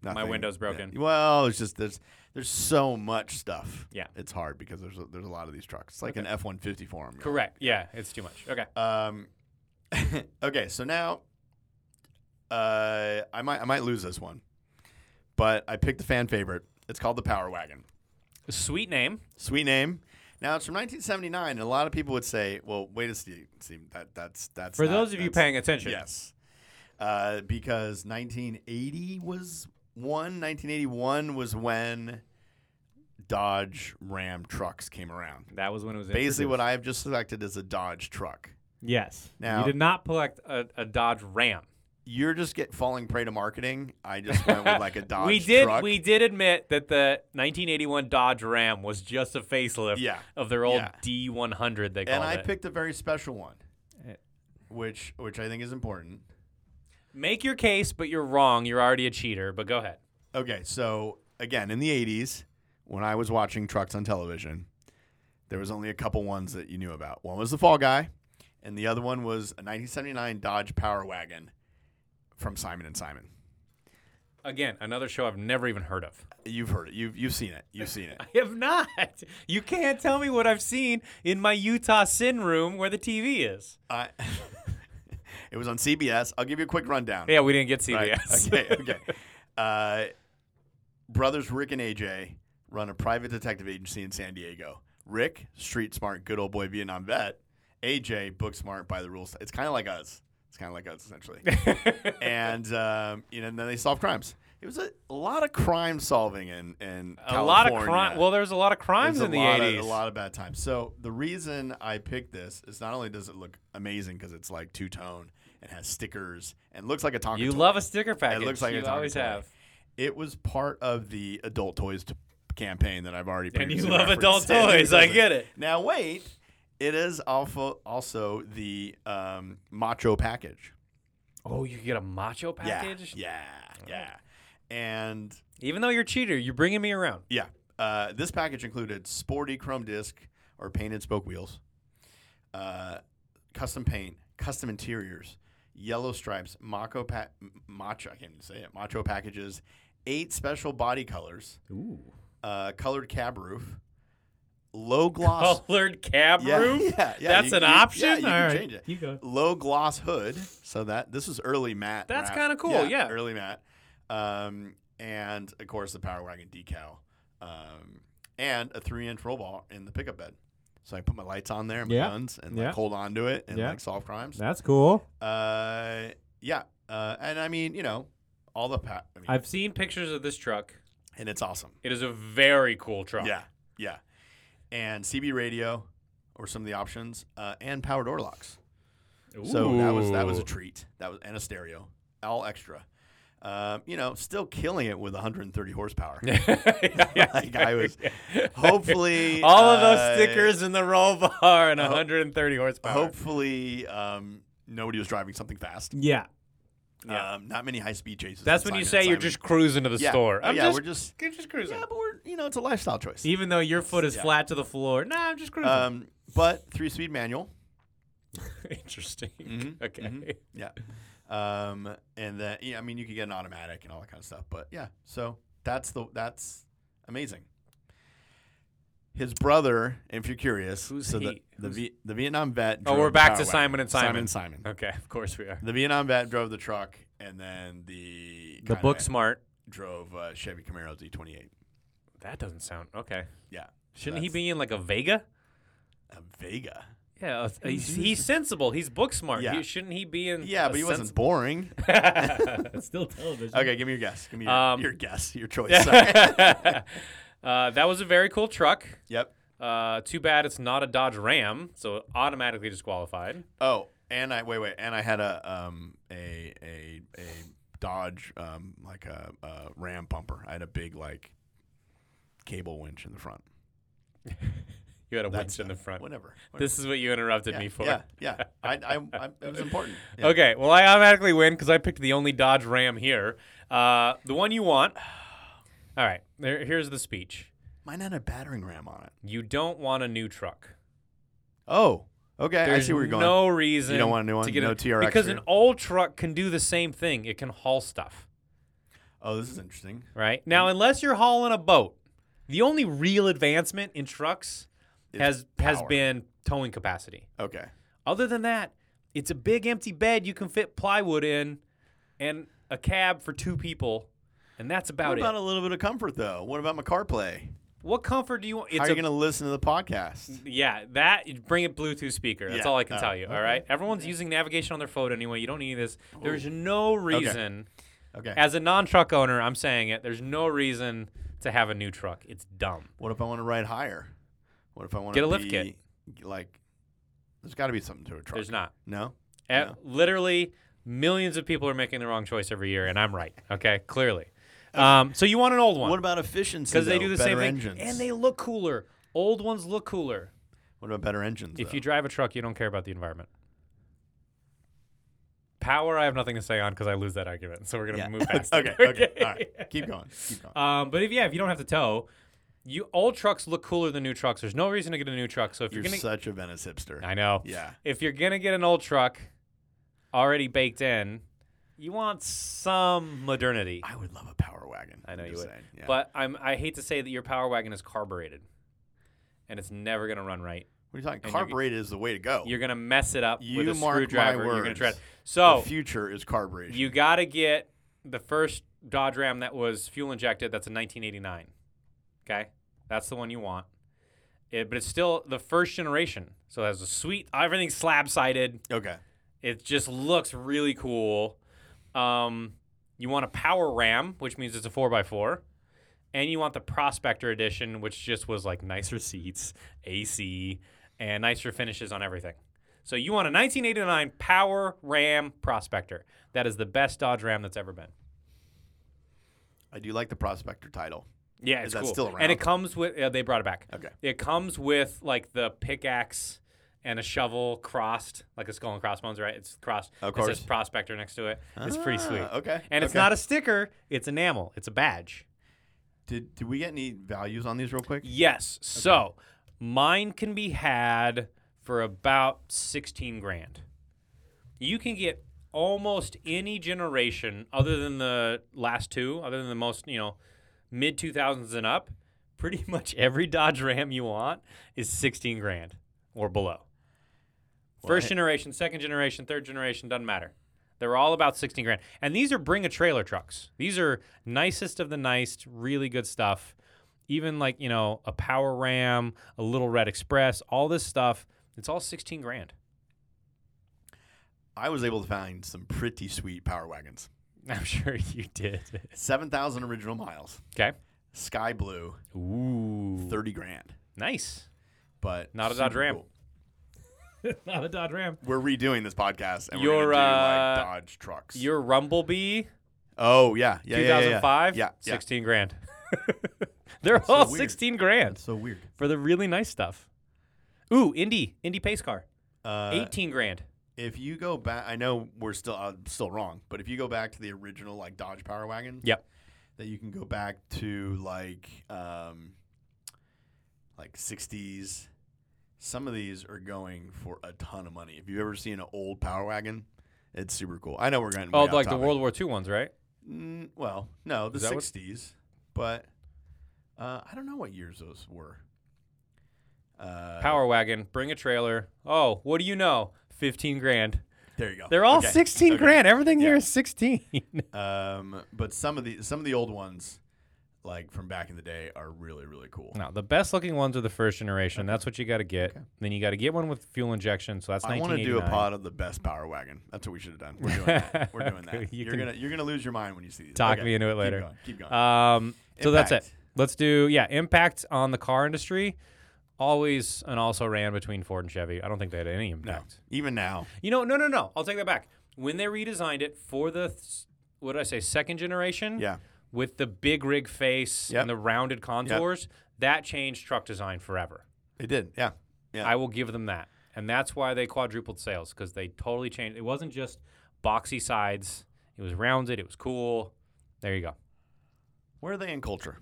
S2: nothing.
S1: window's broken.
S2: Yeah. Well, it's just there's there's so much stuff.
S1: Yeah.
S2: it's hard because there's a, there's a lot of these trucks. It's like an F one fifty forum. you know.
S1: Correct. Yeah, it's too much. Okay.
S2: Um, okay, so now, uh, I might I might lose this one, but I picked the fan favorite. It's called the Power Wagon.
S1: Sweet name.
S2: Sweet name. Now it's from 1979, and a lot of people would say, "Well, wait a see, see that that's that's
S1: For
S2: not-
S1: those of you
S2: that's-
S1: paying attention.
S2: Yes. Uh, because 1980 was one. 1981 was when Dodge Ram trucks came around.
S1: That was when it was
S2: Basically, what I have just selected is a Dodge truck.
S3: yes.
S2: Now-
S3: you did
S1: did not select a, a Dodge Ram.
S2: you're just get falling prey to marketing. I just went with like a Dodge.
S1: we did
S2: truck.
S1: we did admit that the 1981 Dodge Ram was just a facelift
S2: Yeah.
S1: of their old
S2: Yeah.
S1: D100 they
S2: and
S1: called
S2: I
S1: it.
S2: picked a very special one,
S3: Eh.
S2: which which I think is important.
S1: Make your case, but you're wrong. You're already a cheater, but go ahead.
S2: Okay, so again, in the 80s, when I was watching trucks on television, there was only a couple ones that you knew about. One was the Fall Guy, and the other one was a 1979 Dodge Power Wagon from Simon and Simon.
S1: Again, another show I've never even heard of.
S2: You've heard it. You've you've seen it. You've seen it.
S1: I have not. You can't tell me what I've seen in my Utah sin room where the TV is.
S2: I, it was on CBS. I'll give you a quick rundown.
S1: Yeah, we didn't get
S2: Right.
S1: CBS.
S2: Okay, okay. Uh, brothers Rick and AJ run a private detective agency in San Diego. Rick, street smart, good old boy Vietnam vet. AJ, book smart by the rules. It's kind of like us. It's kind of like us essentially. and um, you know, and then they solve crimes. It was a, a lot of crime solving in in
S1: a lot of
S2: California.
S1: crime. Well, there was a lot of crimes
S2: There's
S1: in
S2: a
S1: the
S2: lot of-
S1: 80s.
S2: a lot of bad times. So the reason I picked this is not only does it look amazing because it's like two tone and has stickers and looks like a Tonka.
S1: you
S2: toy.
S1: love a sticker package.
S2: looks like a
S1: you
S2: Tonka
S1: always
S2: toy.
S1: have.
S2: It was part of the adult toys t- campaign that I've already.
S1: And you
S2: previously
S1: love
S2: referenced.
S1: adult toys. I get it.
S2: Now wait, it is also also the um, macho package.
S1: Oh, you get a macho package?
S2: Yeah, yeah, yeah. And
S1: Even though you're a cheater, you're bringing me around.
S2: yeah, uh, this package included sporty chrome disc or painted spoke wheels, uh, custom paint, custom interiors, yellow stripes, macho pa- macho. I can't even say it. Macho packages, eight special body colors.
S3: Ooh.
S2: uh, colored cab roof, low gloss.
S1: Colored cab
S2: yeah,
S1: roof?
S2: yeah, yeah,
S1: That's
S2: you-
S1: an
S2: you-
S1: option?
S2: Yeah, you can
S1: All right.
S2: change it.
S3: You go.
S2: Low gloss hood. So that this is early matte.
S1: That's
S2: wrap.
S1: kinda cool, yeah.
S2: early matte. Um, and of course the Power Wagon decal, um, and a three-inch roll bar in the pickup bed. So I put my lights on there, and my
S3: Yeah,
S2: guns, and like
S3: yeah.
S2: hold on to it, and
S3: Yeah.
S2: like solve crimes.
S3: That's cool.
S2: Uh, yeah. Uh, and I mean, you know, all the pa- I mean,
S3: I've
S1: I've seen pictures of this truck.
S2: and it's awesome.
S1: It is a very cool truck.
S2: Yeah, yeah. And CB radio or some of the options, uh, and power door locks. So that was that was a
S1: Ooh.
S2: treat. That was and a stereo, all extra. Um, you know, still killing it with 130 horsepower. like I was. Hopefully,
S1: All of
S2: uh,
S1: those stickers in the roll bar and 130 horsepower.
S2: Hopefully, um, nobody was driving something fast.
S3: Yeah.
S1: Yeah.
S2: Um, not many high speed chases.
S1: That's
S2: on
S1: when you
S2: Simon
S1: say you're
S2: and Simon.
S1: just cruising to the
S2: yeah.
S1: store.
S2: Oh,
S1: I'm
S2: yeah,
S1: just,
S2: we're just
S1: you're just cruising.
S2: yeah, but we're you know it's a lifestyle choice.
S1: Even though your foot is
S2: Yeah.
S1: flat to the floor. Nah, I'm just cruising.
S2: Um, but three speed manual.
S1: Interesting.
S2: Mhm,
S1: Okay.
S2: mhm. Yeah. Um, and then yeah, I mean you could get an automatic and all that kind of stuff, but yeah. So that's the that's amazing. His brother, if you're curious,
S1: Who's
S2: so
S1: he?
S2: the the,
S1: Who's-
S2: v, the Vietnam vet.
S1: Oh,
S2: drove
S1: we're
S2: the
S1: back
S2: Power
S1: to
S2: Wagon.
S1: Simon and Simon.
S2: Simon and Simon.
S1: Okay, of course we are.
S2: The Vietnam vet drove the truck, and then the
S1: The
S2: Conrad
S1: book smart.
S2: drove uh, Chevy Camaro D28.
S1: That doesn't sound okay.
S2: Yeah,
S1: Shouldn't he
S2: That's-
S1: be in like a Vega?
S2: a Vega.
S1: Yeah, a- he's, he's sensible. He's book smart.
S2: Yeah.
S1: He, shouldn't he be in?
S2: Yeah,
S1: a
S2: but he wasn't
S1: sensible-
S2: boring.
S3: It's still television.
S2: Okay, give me your guess. Give me your,
S1: Um,
S2: your guess. Your choice.
S1: uh, that was a very cool truck.
S2: yep.
S1: Uh, too bad it's not a Dodge Ram, so automatically disqualified.
S2: Oh, and I wait, wait, and I had a um a a a Dodge um like a, a Ram bumper. I had a big like cable winch in the front.
S1: You had a
S2: That's-
S1: winch in the front.
S2: Whatever. whatever.
S1: This is what you interrupted
S2: yeah,
S1: me for.
S2: Yeah, yeah. I, I, I it was important. Yeah.
S1: Okay, well I automatically win because I picked the only Dodge Ram here. Uh, the one you want. All right, there, here's the speech.
S2: Mine had a battering ram on it.
S1: You don't want a new truck.
S2: Oh, okay.
S1: There's
S2: I see where you're going.
S1: no reason
S2: You don't want a new one?
S1: to get
S2: No
S1: a-
S2: TRX
S1: because
S2: for
S1: an
S2: you?
S1: old truck can do the same thing. It can haul stuff,
S2: oh, this is interesting.
S1: right? Now, unless you're hauling a boat, the only real advancement in trucks
S2: It's
S1: has has
S2: power.
S1: been towing capacity.
S2: Okay.
S1: Other than that, it's a big empty bed you can fit plywood in, and a cab for two people, and that's
S2: What
S1: about,
S2: about
S1: it.
S2: a little bit of comfort though? What about my car play?
S1: what comfort do you want?
S2: How
S1: It's
S2: are you
S1: a Mm-hmm.
S2: going to listen to the podcast?
S1: Yeah, that you bring a Bluetooth speaker. That's
S2: Yeah.
S1: all I can
S2: Oh,
S1: tell you. All
S2: okay.
S1: right, everyone's using navigation on their phone anyway. You don't need this. There's no reason,
S2: Okay.
S1: as a non-truck owner, I'm saying it. There's no reason to have a new truck. It's dumb.
S2: What if I want to ride higher? What if I want to
S1: Get a lift
S2: Like, there's got to be something to a truck.
S1: There's not.
S2: No.
S1: E-
S2: Yeah.
S1: Literally, Millions of people are making the wrong choice every year, and I'm right. Okay, clearly. Um, so you want an old one
S2: What about efficiency?
S1: because they
S2: though?
S1: do the
S2: better
S1: same thing,
S2: engines.
S1: and they look cooler. Old ones look cooler.
S2: What about better engines?
S1: If
S2: though?
S1: you drive a truck, you don't care about the environment. Power, I have nothing to say on because I lose that argument. So we're gonna
S2: yeah.
S1: move past.
S2: okay,
S1: it.
S2: okay, all right. Keep going. Keep going.
S1: Um, but if yeah, if you don't have to tow, you old trucks look cooler than new trucks. There's no reason to get a new truck. So if
S2: You're
S1: you're, gonna,
S2: such a Venice hipster.
S1: I know.
S2: Yeah.
S1: If you're gonna get an old truck, already baked in, you want some modernity.
S2: I would love a power wagon.
S1: I know
S2: I'm
S1: you
S2: just
S1: would.
S2: saying, yeah.
S1: But I'm I hate to say that your power wagon is carbureted, and it's never gonna run right.
S2: what are you talking?
S1: and you're-
S2: Carbureted is the way to go.
S1: You're gonna mess it up with
S2: Oh. You
S1: a
S2: mark my
S1: screwdriver. You're gonna try. It.
S2: words.
S1: So
S2: the future is carbureted.
S1: You got to get the first Dodge Ram that was fuel injected. That's a 1989. Okay, that's the one you want. It, but it's still the first generation, so it has a sweet everything slab sided.
S2: okay.
S1: It just looks really cool. Um, you want a power Ram, which means it's a four x four. And you want the Prospector Edition, which just was like nicer seats, AC, and nicer finishes on everything. So you want a 1989 Power Ram Prospector. That is the best Dodge Ram that's ever been.
S2: I do like the prospector title.
S1: Yeah,
S2: Is
S1: it's
S2: that
S1: cool.
S2: still around?
S1: And it comes with uh, they brought it back.
S2: Okay.
S1: It comes with like the pickaxe and a shovel crossed, like a skull and crossbones, right? It's crossed.
S2: Of
S1: It
S2: course.
S1: says prospector next to it. It's pretty
S2: Ah,
S1: sweet.
S2: Okay.
S1: And it's
S2: okay.
S1: not a sticker, it's enamel. It's a badge.
S2: Did did we get any values on these real quick?
S1: Yes. So, mine can be had for about 16 grand. You can get almost any generation other than the last two, other than the most, you know, mid 2000s and up. Pretty much every Dodge Ram you want is 16 grand or below. First
S2: What?
S1: generation, second generation, third generation, doesn't matter. They're all about 16 grand. And these are bring a trailer trucks. These are nicest of the nice, really good stuff. Even like, you know, a Power Ram, a Little Red Express, all this stuff, it's all 16 grand.
S2: I was able to find some pretty sweet power wagons.
S1: I'm sure you did.
S2: Seven thousand original miles.
S1: Okay.
S2: Sky blue,
S1: Ooh.
S2: thirty grand.
S1: Nice.
S2: But
S1: Not a
S2: super
S1: Dodge Ram.
S2: cool.
S3: Not a Dodge Ram.
S2: We're redoing this podcast and
S1: Your,
S2: we're gonna do
S1: uh,
S2: like Dodge trucks.
S1: Your Rumblebee,
S2: oh yeah, yeah, yeah, yeah, yeah.
S1: 2005,
S2: Yeah, yeah.
S1: 16 grand. They're all
S2: weird.
S1: 16 grand
S2: So weird.
S1: for the really nice stuff. Ooh, Indy, Indy pace car,
S2: Uh,
S1: 18 grand.
S2: if you go back, I know we're still uh, still wrong, but if you go back to the original like Dodge Power Wagon,
S1: Yep.
S2: that you can go back to like um, like '60s. Some of these are going for a ton of money. If you've ever seen an old Power Wagon, it's super cool. I know we're going.
S1: Oh,
S2: way off
S1: like the
S2: topic.
S1: World War II ones, right?
S2: Mm, well, no, the
S1: Is that what-
S2: '60s, but uh, I don't know what years those were. Uh,
S1: Power wagon, bring a trailer. Oh, what do you know? 15 grand.
S2: There you go.
S1: They're all
S2: Okay,
S1: 16
S2: okay.
S1: grand. Everything here
S2: Yeah.
S1: is 16.
S2: Um, but some of the some of the old ones, like from back in the day, are really really cool.
S1: no, the best looking ones are the first generation. That's what you got to get. Then you got to get one with fuel injection. So that's
S2: I want to do a
S1: 1989.
S2: pod of the best power wagon. That's what we should have done. We're doing that. We're doing
S1: Okay,
S2: that.
S1: you
S2: You are
S1: can
S2: gonna you're gonna lose your mind when you see these.
S1: talk
S2: Okay,
S1: me into it later.
S2: Keep going. Keep going.
S1: Um, so that's it.
S2: Impact.
S1: Let's do yeah, impact on the car industry. Always and also ran between Ford and Chevy. I don't think they had any
S2: no,
S1: impact.
S2: even now,
S1: You know, no, no, no. I'll take that back. When they redesigned it for the th- what did I say, second generation?
S2: yeah,
S1: With the big rig face
S2: Yep.
S1: and the rounded contours, that changed truck design forever.
S2: it did. Yeah, yeah.
S1: I will give them that. And that's why they quadrupled sales because they totally changed. It wasn't just boxy sides. It was rounded. It was cool. There you go.
S2: Where are they in culture?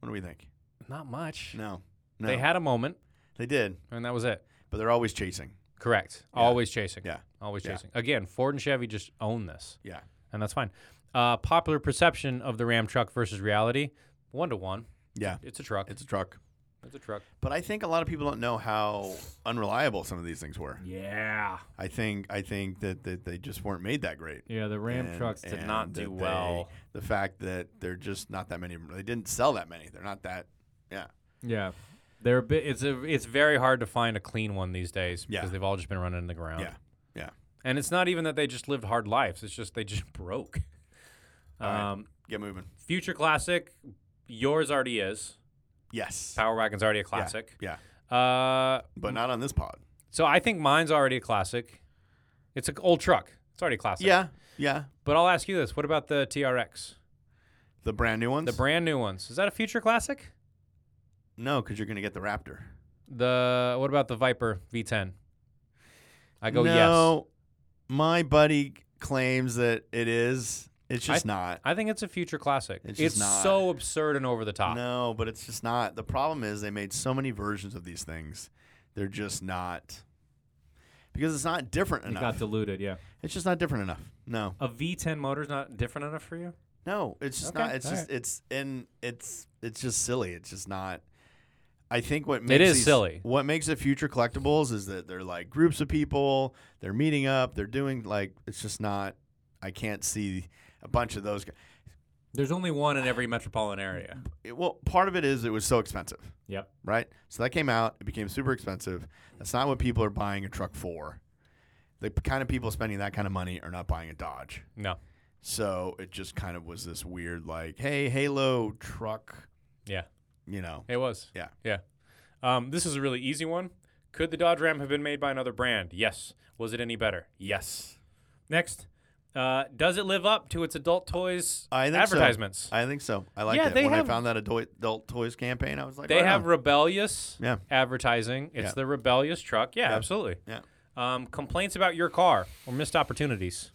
S2: What do we think?
S1: Not much.
S2: No, no,
S1: They had a moment.
S2: they did,
S1: and that was it.
S2: but they're always chasing.
S1: Correct. Always chasing.
S2: Yeah.
S1: Always
S2: Yeah.
S1: chasing. Again, Ford and Chevy just own this,
S2: Yeah,
S1: and that's fine. Uh, popular perception of the Ram truck versus reality, one to one.
S2: yeah.
S1: It's a truck.
S2: It's a truck,
S1: It's a truck.
S2: but I think a lot of people don't know how unreliable some of these things were.
S1: Yeah.
S2: I think I think that, that they just weren't made that great.
S3: Yeah, the Ram
S2: And-
S3: trucks.
S1: did
S2: and
S1: not do
S2: that they-
S1: well.
S2: The fact that they're just not that many. of 'em. They didn't sell that many. They're not that. Yeah.
S3: yeah, they're a bit.
S1: It's a, it's very hard to find a clean one these days
S2: Yeah.
S1: because they've all just been running in the ground.
S2: Yeah. Yeah.
S1: And it's not even that they just lived hard lives. It's just they just broke.
S2: All right.
S1: Um,
S2: Get moving.
S1: Future classic, yours already is.
S2: Yes.
S1: Power Wagon's already a
S2: Yeah,
S1: classic.
S2: Yeah.
S1: Uh,
S2: But not on this pod.
S1: so I think mine's already a classic. It's an old truck. It's already classic.
S2: Yeah, yeah.
S1: But I'll ask you this: What about the TRX,
S2: The brand new ones.
S1: the brand new ones? Is that a future classic?
S2: No, because you're gonna get the Raptor.
S1: The what about the Viper V10? I go yes.
S2: no, My buddy claims that it is. It's
S1: I-
S2: just not.
S1: I think it's a future classic.
S2: It's
S1: It's,
S2: just not.
S1: so absurd and over the top.
S2: No, but it's just not. The problem is they made so many versions of these things. They're just not because it's not different
S3: It
S2: enough.
S3: got diluted. Yeah.
S2: it's just not different enough. No,
S1: A V10 motor's not different enough for you?
S2: no. It's just
S1: Okay,
S2: not. It's
S1: all
S2: just
S1: right.
S2: it's and it's it's just silly. It's just not. I think what makes
S1: is
S2: these-
S1: silly.
S2: What makes it future collectibles is that they're like groups of people. They're meeting up. They're doing like it's just not. I can't see a bunch of those. g-
S1: There's only one in every metropolitan area.
S2: It, well, part of it is it was so expensive.
S3: Yep.
S2: right? So that came out. It became super expensive. That's not what people are buying a truck for. The p- kind of people spending that kind of money are not buying a Dodge.
S1: No.
S2: So it just kind of was this weird, like, hey, Halo truck,
S1: Yeah.
S2: you know.
S1: It was.
S2: Yeah.
S1: Yeah. Um, this is a really easy one. Could the Dodge Ram have been made by another brand? Yes. Was it any better? Yes. Next. Uh, does it live up to its adult toys
S2: I think so.
S1: advertisements?
S2: I think so. I like
S1: Yeah,
S2: that.
S1: they
S2: When
S1: have-
S2: I found that adult, adult toys campaign, I was like,
S1: They
S2: right
S1: have
S2: on.
S1: rebellious
S2: Yeah.
S1: advertising. It's
S2: Yeah.
S1: the rebellious truck. Yeah,
S2: Yeah.
S1: absolutely.
S2: Yeah.
S1: Um, complaints about your car or missed opportunities.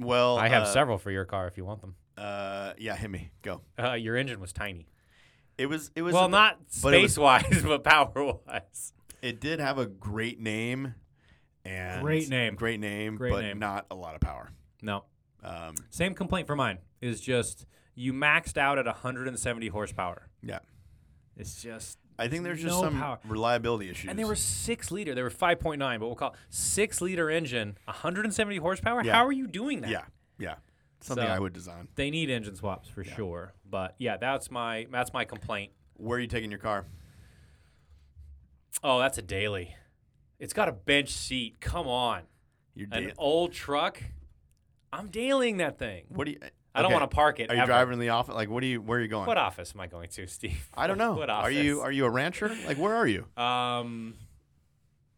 S2: Well,
S1: I have
S2: uh,
S1: several for your car if you want them.
S2: Uh, yeah, hit me. Go.
S1: Uh, your engine was tiny.
S2: It was. It was.
S1: Well,
S2: a-
S1: not
S2: but it was-
S1: space wise, but power wise.
S2: It did have a great name. And
S3: Great name.
S2: Great name.
S3: Great
S2: but
S3: name.
S2: not a lot of power.
S1: No.
S2: Um,
S1: Same complaint for mine is just you maxed out at 170 horsepower.
S2: yeah.
S1: It's just.
S2: I think there's just
S1: No
S2: some
S1: power.
S2: reliability issues.
S1: And they were six liter. They were 5.9, but we'll call it six liter engine, 170 horsepower.
S2: Yeah.
S1: How are you doing that?
S2: yeah, yeah, something
S1: So-
S2: I would design.
S1: They need engine swaps for sure. But yeah, that's my that's my complaint.
S2: Where are you taking your car?
S1: Oh, that's a daily. It's got a bench seat. Come on.
S2: Your
S1: An
S2: date.
S1: old truck. I'm dailying that thing.
S2: What do you?
S1: I don't
S2: okay,
S1: want to park it.
S2: Are you
S1: ever.
S2: driving to the office? Like, what do you? Where are you going?
S1: What office am I going to, Steve?
S2: I don't know.
S1: What office?
S2: are you are you a rancher? Like, where are you?
S1: um,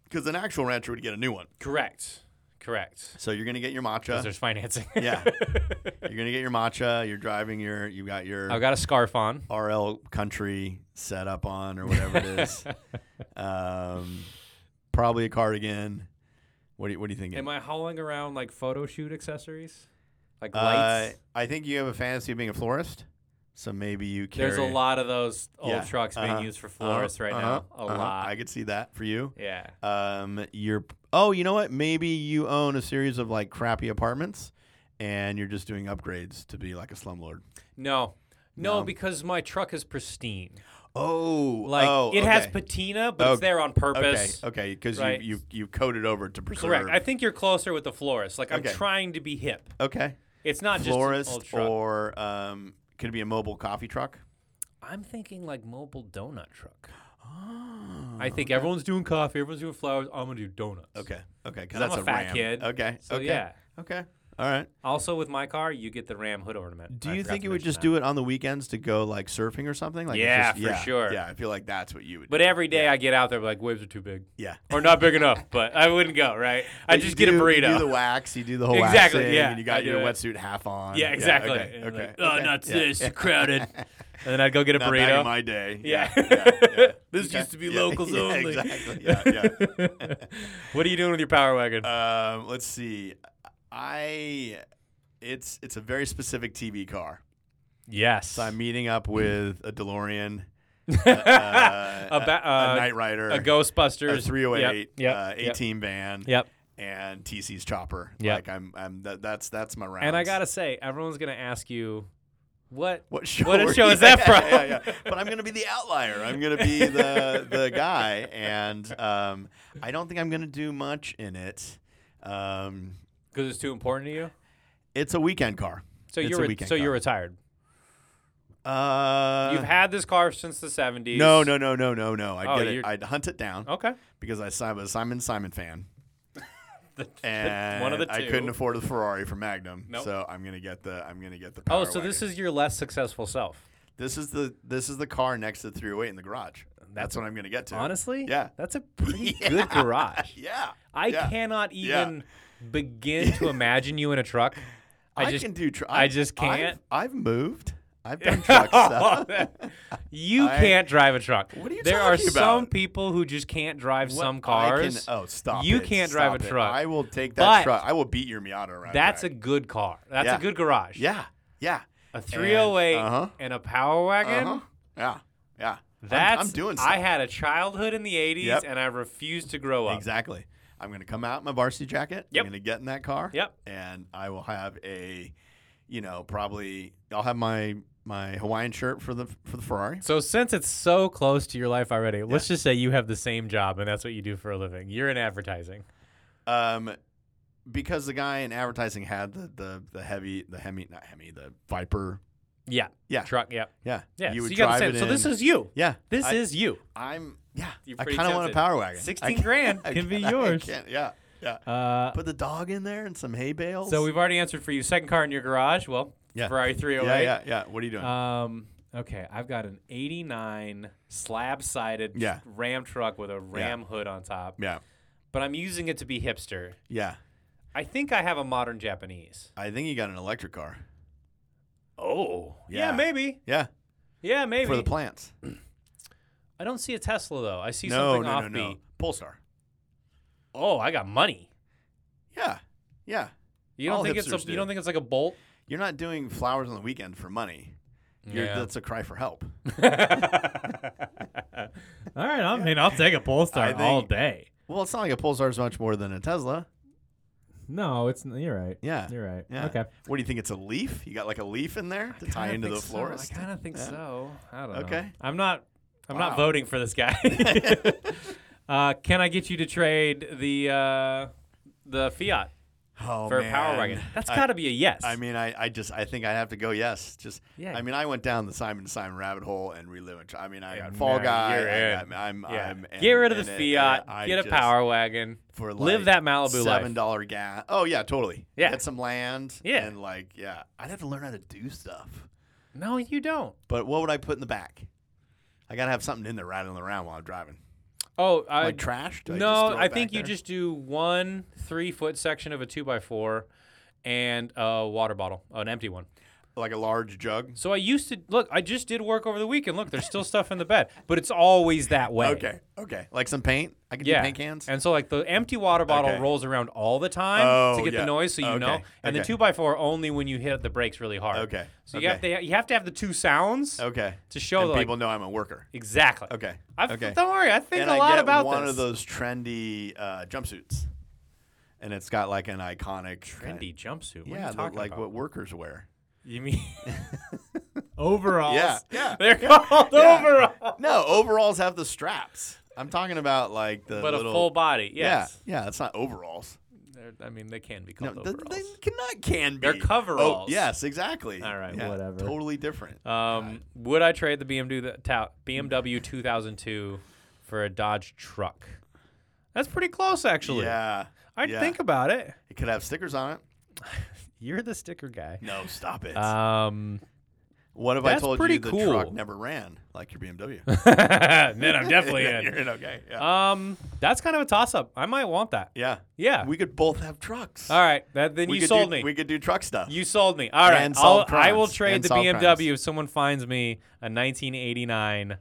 S2: Because an actual rancher would get a new one.
S1: correct. Correct.
S2: So you're gonna get your
S1: 'Cause
S2: matcha.
S1: there's financing.
S2: Uh. Yeah, you're gonna get your matcha. You're driving your. You got your
S1: I've got a scarf on.
S2: RL country set up on or whatever it is. um, probably a cardigan. What do you, What do you think?
S1: Am I hauling around like photo shoot accessories? Like
S2: Uh,
S1: lights?
S2: I think you have a fantasy of being a florist, so maybe you carry.
S1: There's a lot of those old
S2: Yeah.
S1: trucks being
S2: Uh-huh.
S1: used for
S2: Uh-huh.
S1: florists right
S2: Uh-huh.
S1: now. A
S2: Uh-huh.
S1: lot.
S2: I could see that for you.
S1: yeah.
S2: Um, you're. Oh, you know what? Maybe you own a series of like crappy apartments, and you're just doing upgrades to be like a slumlord.
S1: No. No,
S2: No.
S1: because my truck is pristine.
S2: Oh,
S1: Like
S2: oh,
S1: it has
S2: okay.
S1: patina, but it's
S2: Okay.
S1: there on
S2: Okay,
S1: purpose.
S2: okay, because
S1: Right.
S2: you you you coded over to preserve.
S1: Correct. I think you're closer with the florist. Like
S2: Okay.
S1: I'm trying to be hip.
S2: okay,
S1: It's not just an old
S2: florist
S1: truck.
S2: or um, could it be a mobile coffee truck?
S1: I'm thinking like mobile donut truck. I think everyone's doing coffee, everyone's doing flowers. I'm gonna do donuts.
S2: Oh, Okay, okay,
S1: 'Cause
S2: because that's
S1: I'm a
S2: a
S1: fat
S2: Ram.
S1: kid,
S2: Okay,
S1: So
S2: okay,
S1: yeah.
S2: okay, all right.
S1: Also with my car, you get the Ram hood ornament.
S2: Do you think you would just do it on the weekends to go like surfing or something? Like it's
S1: Yeah,
S2: just-
S1: for sure.
S2: Yeah, I feel like that's what you would.
S1: But
S2: do.
S1: every day I get out there, like waves are too big
S2: yeah,
S1: or not big enough. But I wouldn't go. Right? I
S2: But you
S1: just get a
S2: do-
S1: burrito.
S2: You do the wax. You do the whole
S1: Exactly,
S2: waxing,
S1: yeah,
S2: And
S1: I
S2: you got
S1: do
S2: your
S1: it.
S2: wetsuit half on.
S1: yeah, exactly.
S2: okay.
S1: And
S2: Okay.
S1: like, oh,
S2: okay,
S1: not
S2: yeah,
S1: this
S2: yeah.
S1: crowded. and then I'd go get a
S2: Not back
S1: burrito.
S2: in my day.
S1: Yeah. This used to be locals
S2: yeah,
S1: only.
S2: Exactly. Yeah.
S1: what are you doing with your power wagon?
S2: Yeah. um, let's see. I. It's it's a very specific TV car.
S1: yes.
S2: So I'm meeting up with a DeLorean, uh,
S1: a, ba-
S2: a
S1: uh,
S2: Knight Rider,
S1: a Ghostbusters.
S2: a 308,
S1: Yep.
S2: uh,
S1: yep,
S2: 18 van,
S1: Yep.
S2: and TC's chopper.
S1: Yep.
S2: Like I'm, I'm that, that's that's my round.
S1: And I gotta say, everyone's gonna ask you, what?
S2: What show?
S1: What
S2: were
S1: show
S2: you-
S1: is that from?
S2: Yeah, yeah, yeah. But I'm gonna be the outlier. I'm gonna be the the guy, and um, I don't think I'm gonna do much in it. Um,
S1: Because it's too important to you.
S2: it's a weekend car.
S1: So
S2: It's
S1: you're
S2: a
S1: re-
S2: weekend
S1: so you're
S2: car.
S1: retired.
S2: Uh,
S1: You've had this car since the 70s.
S2: no, no, no, no, no, no. I'd
S1: Oh,
S2: get it.
S1: you're- Oh.
S2: I'd hunt it down
S1: Okay.
S2: because I si- was a Simon Simon fan. And
S1: one of the
S2: I
S1: two.
S2: couldn't afford the Ferrari from Magnum,
S1: Nope.
S2: so I'm gonna get the I'm gonna get the.
S1: Oh,
S2: Power
S1: so this
S2: wagon.
S1: is your less successful self.
S2: this is the this is the car next to the 308 in the garage. That's what I'm gonna get to.
S1: Honestly,
S2: Yeah.
S1: that's a pretty good garage.
S2: Yeah.
S1: I
S2: yeah.
S1: cannot
S2: Yeah.
S1: even begin to imagine you in a truck. I,
S2: I,
S1: just
S2: can do. Tr-
S1: I
S2: I've-
S1: just can't.
S2: I've, I've moved. I've done truck stuff.
S1: you
S2: I-
S1: can't drive a truck.
S2: What are you
S1: there are
S2: talking
S1: some
S2: about?
S1: people who just can't drive
S2: What-
S1: some
S2: I can-
S1: cars.
S2: oh, stop!
S1: You
S2: it,
S1: can't drive
S2: stop
S1: a
S2: it.
S1: truck.
S2: I will take
S1: But-
S2: that truck. I will beat your Miata around.
S1: That's a good car. That's
S2: Yeah.
S1: a good garage.
S2: yeah, yeah,
S1: A 308 and,
S2: uh-huh.
S1: a power wagon.
S2: uh-huh. yeah, yeah. I'm-
S1: That's
S2: I'm, doing. Stuff.
S1: I had a childhood in the 80s
S2: Yep.
S1: and I refused to grow up.
S2: Exactly. I'm going to come out in my varsity jacket.
S1: Yep.
S2: I'm going to get in that car.
S1: Yep.
S2: And I will have a, you know, probably I'll have my my Hawaiian shirt for the for the Ferrari.
S1: So since it's so close to your life already, let's just say you have the same job and that's what you do for a living. You're in advertising.
S2: Um, because the guy in advertising had the the the heavy the Hemi not Hemi the Viper.
S1: Yeah.
S2: Yeah.
S1: Truck, yeah.
S2: Yeah.
S1: Yeah.
S2: You
S1: so
S2: would
S1: you got
S2: drive
S1: the
S2: it
S1: same. So this
S2: in.
S1: is you.
S2: yeah.
S1: This
S2: I,
S1: is you.
S2: I'm yeah.
S1: You're
S2: I
S1: pretty
S2: kind of want a
S1: tempted.
S2: power wagon. I
S1: 16
S2: can't-
S1: grand
S2: I
S1: can be
S2: can't- I
S1: yours.
S2: can't- yeah. Yeah.
S1: Uh,
S2: Put the dog in there and some hay bales.
S1: so we've already answered for you. Second car in your garage. Well,
S2: Yeah.
S1: Ferrari
S2: yeah
S1: 308.
S2: yeah yeah. What are you doing?
S1: Um. Okay, I've got an '89 slab-sided
S2: Yeah.
S1: Ram truck with a Ram hood on top,
S2: yeah
S1: but I'm using it to be hipster.
S2: yeah.
S1: I think I have a modern Japanese.
S2: I think you got an electric car.
S1: Oh, yeah,
S2: Yeah.
S1: maybe.
S2: Yeah.
S1: Yeah, maybe.
S2: For the plants.
S1: I don't see a Tesla though. I see
S2: No,
S1: something
S2: no, no,
S1: offbeat.
S2: no. Pulsar.
S1: Oh, I got money.
S2: Yeah. Yeah.
S1: You don't
S2: All
S1: think it's a,
S2: hipsters
S1: you
S2: do.
S1: don't think it's like a Bolt?
S2: You're not doing flowers on the weekend for money. You're,
S1: Yeah.
S2: That's a cry for help.
S3: All right, I mean, I'll take a Polestar
S2: I think-
S3: all day.
S2: Well, it's not like a Pulsar is much more than a Tesla.
S3: No, it's n- you're right.
S2: Yeah.
S3: you're right.
S2: Yeah.
S3: Okay.
S2: What do you think? It's a leaf? You got like a leaf in there to tie into the florist?
S1: I kind of think
S2: Yeah.
S1: so. I don't know.
S2: Okay.
S1: I'm not. I'm not
S2: Wow.
S1: voting for this guy. uh, can I get you to trade the uh, the Fiat
S2: Oh,
S1: for a power
S2: man.
S1: wagon? That's
S2: I-
S1: got to be a yes.
S2: I mean, I, I just I think I have to go yes. Just
S1: Yeah.
S2: I mean, I went down the Simon Simon rabbit hole and reliving. I mean, I got
S1: And
S2: Fall
S1: now
S2: Guy.
S1: you're
S2: I
S1: in.
S2: got, I'm,
S1: yeah.
S2: I'm
S1: get rid of the
S2: in it, yeah,
S1: Fiat.
S2: uh, I
S1: get a
S2: just-
S1: power wagon.
S2: for like
S1: Live that Malibu life.
S2: seven dollar gas. Oh yeah, totally.
S1: Yeah.
S2: get some land.
S1: Yeah.
S2: and like yeah, I'd have to learn how to do stuff.
S1: No, you don't.
S2: But what would I put in the back? I gotta have something in there rattling around while I'm driving.
S1: Oh, I,
S2: Like trash? Do
S1: no.
S2: I, just throw
S1: I
S2: it
S1: think
S2: back
S1: you
S2: there?
S1: just do one three foot section of a two by four, and a water bottle, an empty one.
S2: like a large jug.
S1: So I used to look. I just did work over the weekend. Look, there's still stuff in the bed, but it's always that way.
S2: Okay, okay. Like some paint. I can
S1: Yeah.
S2: do paint cans.
S1: And so like the empty water bottle
S2: Okay.
S1: rolls around all the time to
S2: Oh,
S1: get the
S2: yeah.
S1: noise, so you
S2: Okay.
S1: know. And the
S2: Okay.
S1: two by four only when you hit the brakes really hard.
S2: Okay.
S1: So
S2: okay.
S1: you have to you have to have the two sounds
S2: okay.
S1: to show
S2: and
S1: like,
S2: people know I'm a worker.
S1: exactly.
S2: Okay.
S1: I've,
S2: okay.
S1: Don't worry, I think
S2: and
S1: a
S2: I
S1: lot
S2: get
S1: about
S2: one
S1: this.
S2: of those trendy uh, jumpsuits, and it's got like an iconic kinda-
S1: trendy jumpsuit. What are
S2: yeah,
S1: you
S2: the-
S1: talking
S2: like
S1: about?
S2: what workers wear.
S1: you mean?
S3: Overall.
S2: Yeah, yeah.
S1: They're called
S2: Yeah.
S1: overall,
S2: No, overalls have the straps. I'm talking about like the
S1: but
S2: little,
S1: a full body. Yes.
S2: Yeah, yeah. It's not overalls.
S1: They're- I mean, they can be
S2: No,
S1: called
S2: th-
S1: overalls.
S2: they cannot can be.
S1: They're coveralls.
S2: Oh, yes, exactly.
S1: All right,
S2: Yeah,
S3: whatever.
S2: Totally different.
S1: Um, would I trade the BMW th- ta- BMW 2002 for a Dodge truck? That's pretty close, actually.
S2: yeah,
S1: I'd
S2: yeah.
S1: think about it.
S2: it could have stickers on it.
S1: You're the sticker guy.
S2: No, stop it.
S1: Um,
S2: what if I
S1: that's
S2: told
S1: pretty
S2: you the
S1: cool.
S2: truck never ran like your BMW?
S1: then I'm definitely
S2: You're
S1: in.
S2: in okay. Yeah.
S1: Um, that's kind of a toss-up. I might want that.
S2: yeah.
S1: Yeah.
S2: We could both have trucks.
S1: All right. That, then
S2: we
S1: you
S2: could
S1: sold
S2: do,
S1: me.
S2: We could do truck stuff.
S1: you sold me. All right.
S2: And
S1: I'll,
S2: solve
S1: I will
S2: crimes.
S1: trade
S2: And
S1: the
S2: solve
S1: BMW
S2: crimes.
S1: if someone finds me a 1989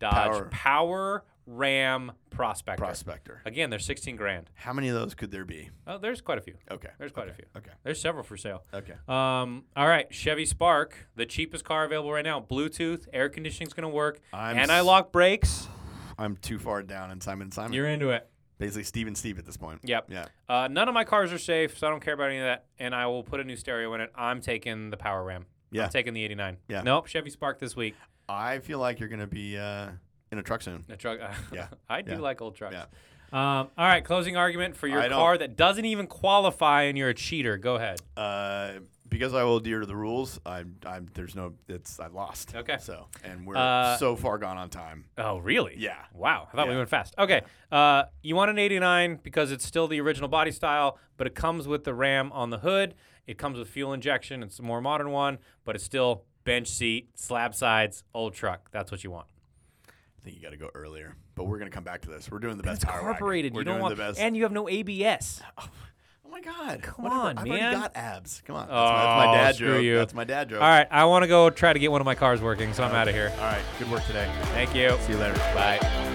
S1: Dodge Power,
S2: Power.
S1: Ram Prospector.
S2: Prospector.
S1: Again, they're 16 grand.
S2: How many of those could there be?
S1: Oh, there's quite a few.
S2: Okay.
S1: There's quite
S2: okay,
S1: a few. There's several for sale.
S2: Okay. Okay.
S1: Um, all right, Chevy Spark, the cheapest car available right now. Bluetooth, air conditioning's gonna work,
S2: I'm
S1: anti-lock brakes.
S2: I'm too far down in Simon and Simon.
S1: You're into it.
S2: basically Steve and Steve at this point.
S1: Yep.
S2: Yeah.
S1: Uh, none of my cars are safe, so I don't care about any of that. And I will put a new stereo in it. I'm taking the Power Ram.
S2: Yeah.
S1: I'm taking the '89.
S2: Yeah.
S1: Nope, Chevy Spark this week.
S2: I feel like you're gonna be uh, in a truck soon.
S1: A truck.
S2: Yeah.
S1: I do
S2: Yeah.
S1: like old trucks.
S2: Yeah.
S1: Um, all right, closing argument for your
S2: I don't-
S1: car that doesn't even qualify, and you're a cheater. Go ahead.
S2: Uh, because I will adhere to the rules. I'm. I'm. There's no. It's. I lost.
S1: Okay.
S2: So and we're
S1: Uh,
S2: so far gone on time.
S1: Oh, really?
S2: Yeah.
S1: Wow. I thought we
S2: Yeah.
S1: went fast. Okay. Uh, you want an 89 because it's still the original body style, but it comes with the RAM on the hood. It comes with fuel injection. It's a more modern one, but it's still bench seat, slab sides, old truck. That's what you want.
S2: I think you got to go earlier. But we're gonna come back to this. We're doing the best.
S1: It's
S2: power wagon.
S1: carbureted.
S2: We're
S1: You don't
S2: doing
S1: want,
S2: the best.
S1: and you have no ABS.
S2: oh my god!
S1: Come
S2: What have I-
S1: on,
S2: I've already
S1: man.
S2: got abs. Come on. That's, my, that's my
S1: Oh,
S2: dad
S1: screw
S2: joke.
S1: you.
S2: That's my dad joke.
S1: All right, I want to go try to get one of my cars working, so I'm out of here.
S2: All right. Good work today.
S1: Thank you.
S2: See you later.
S1: Bye.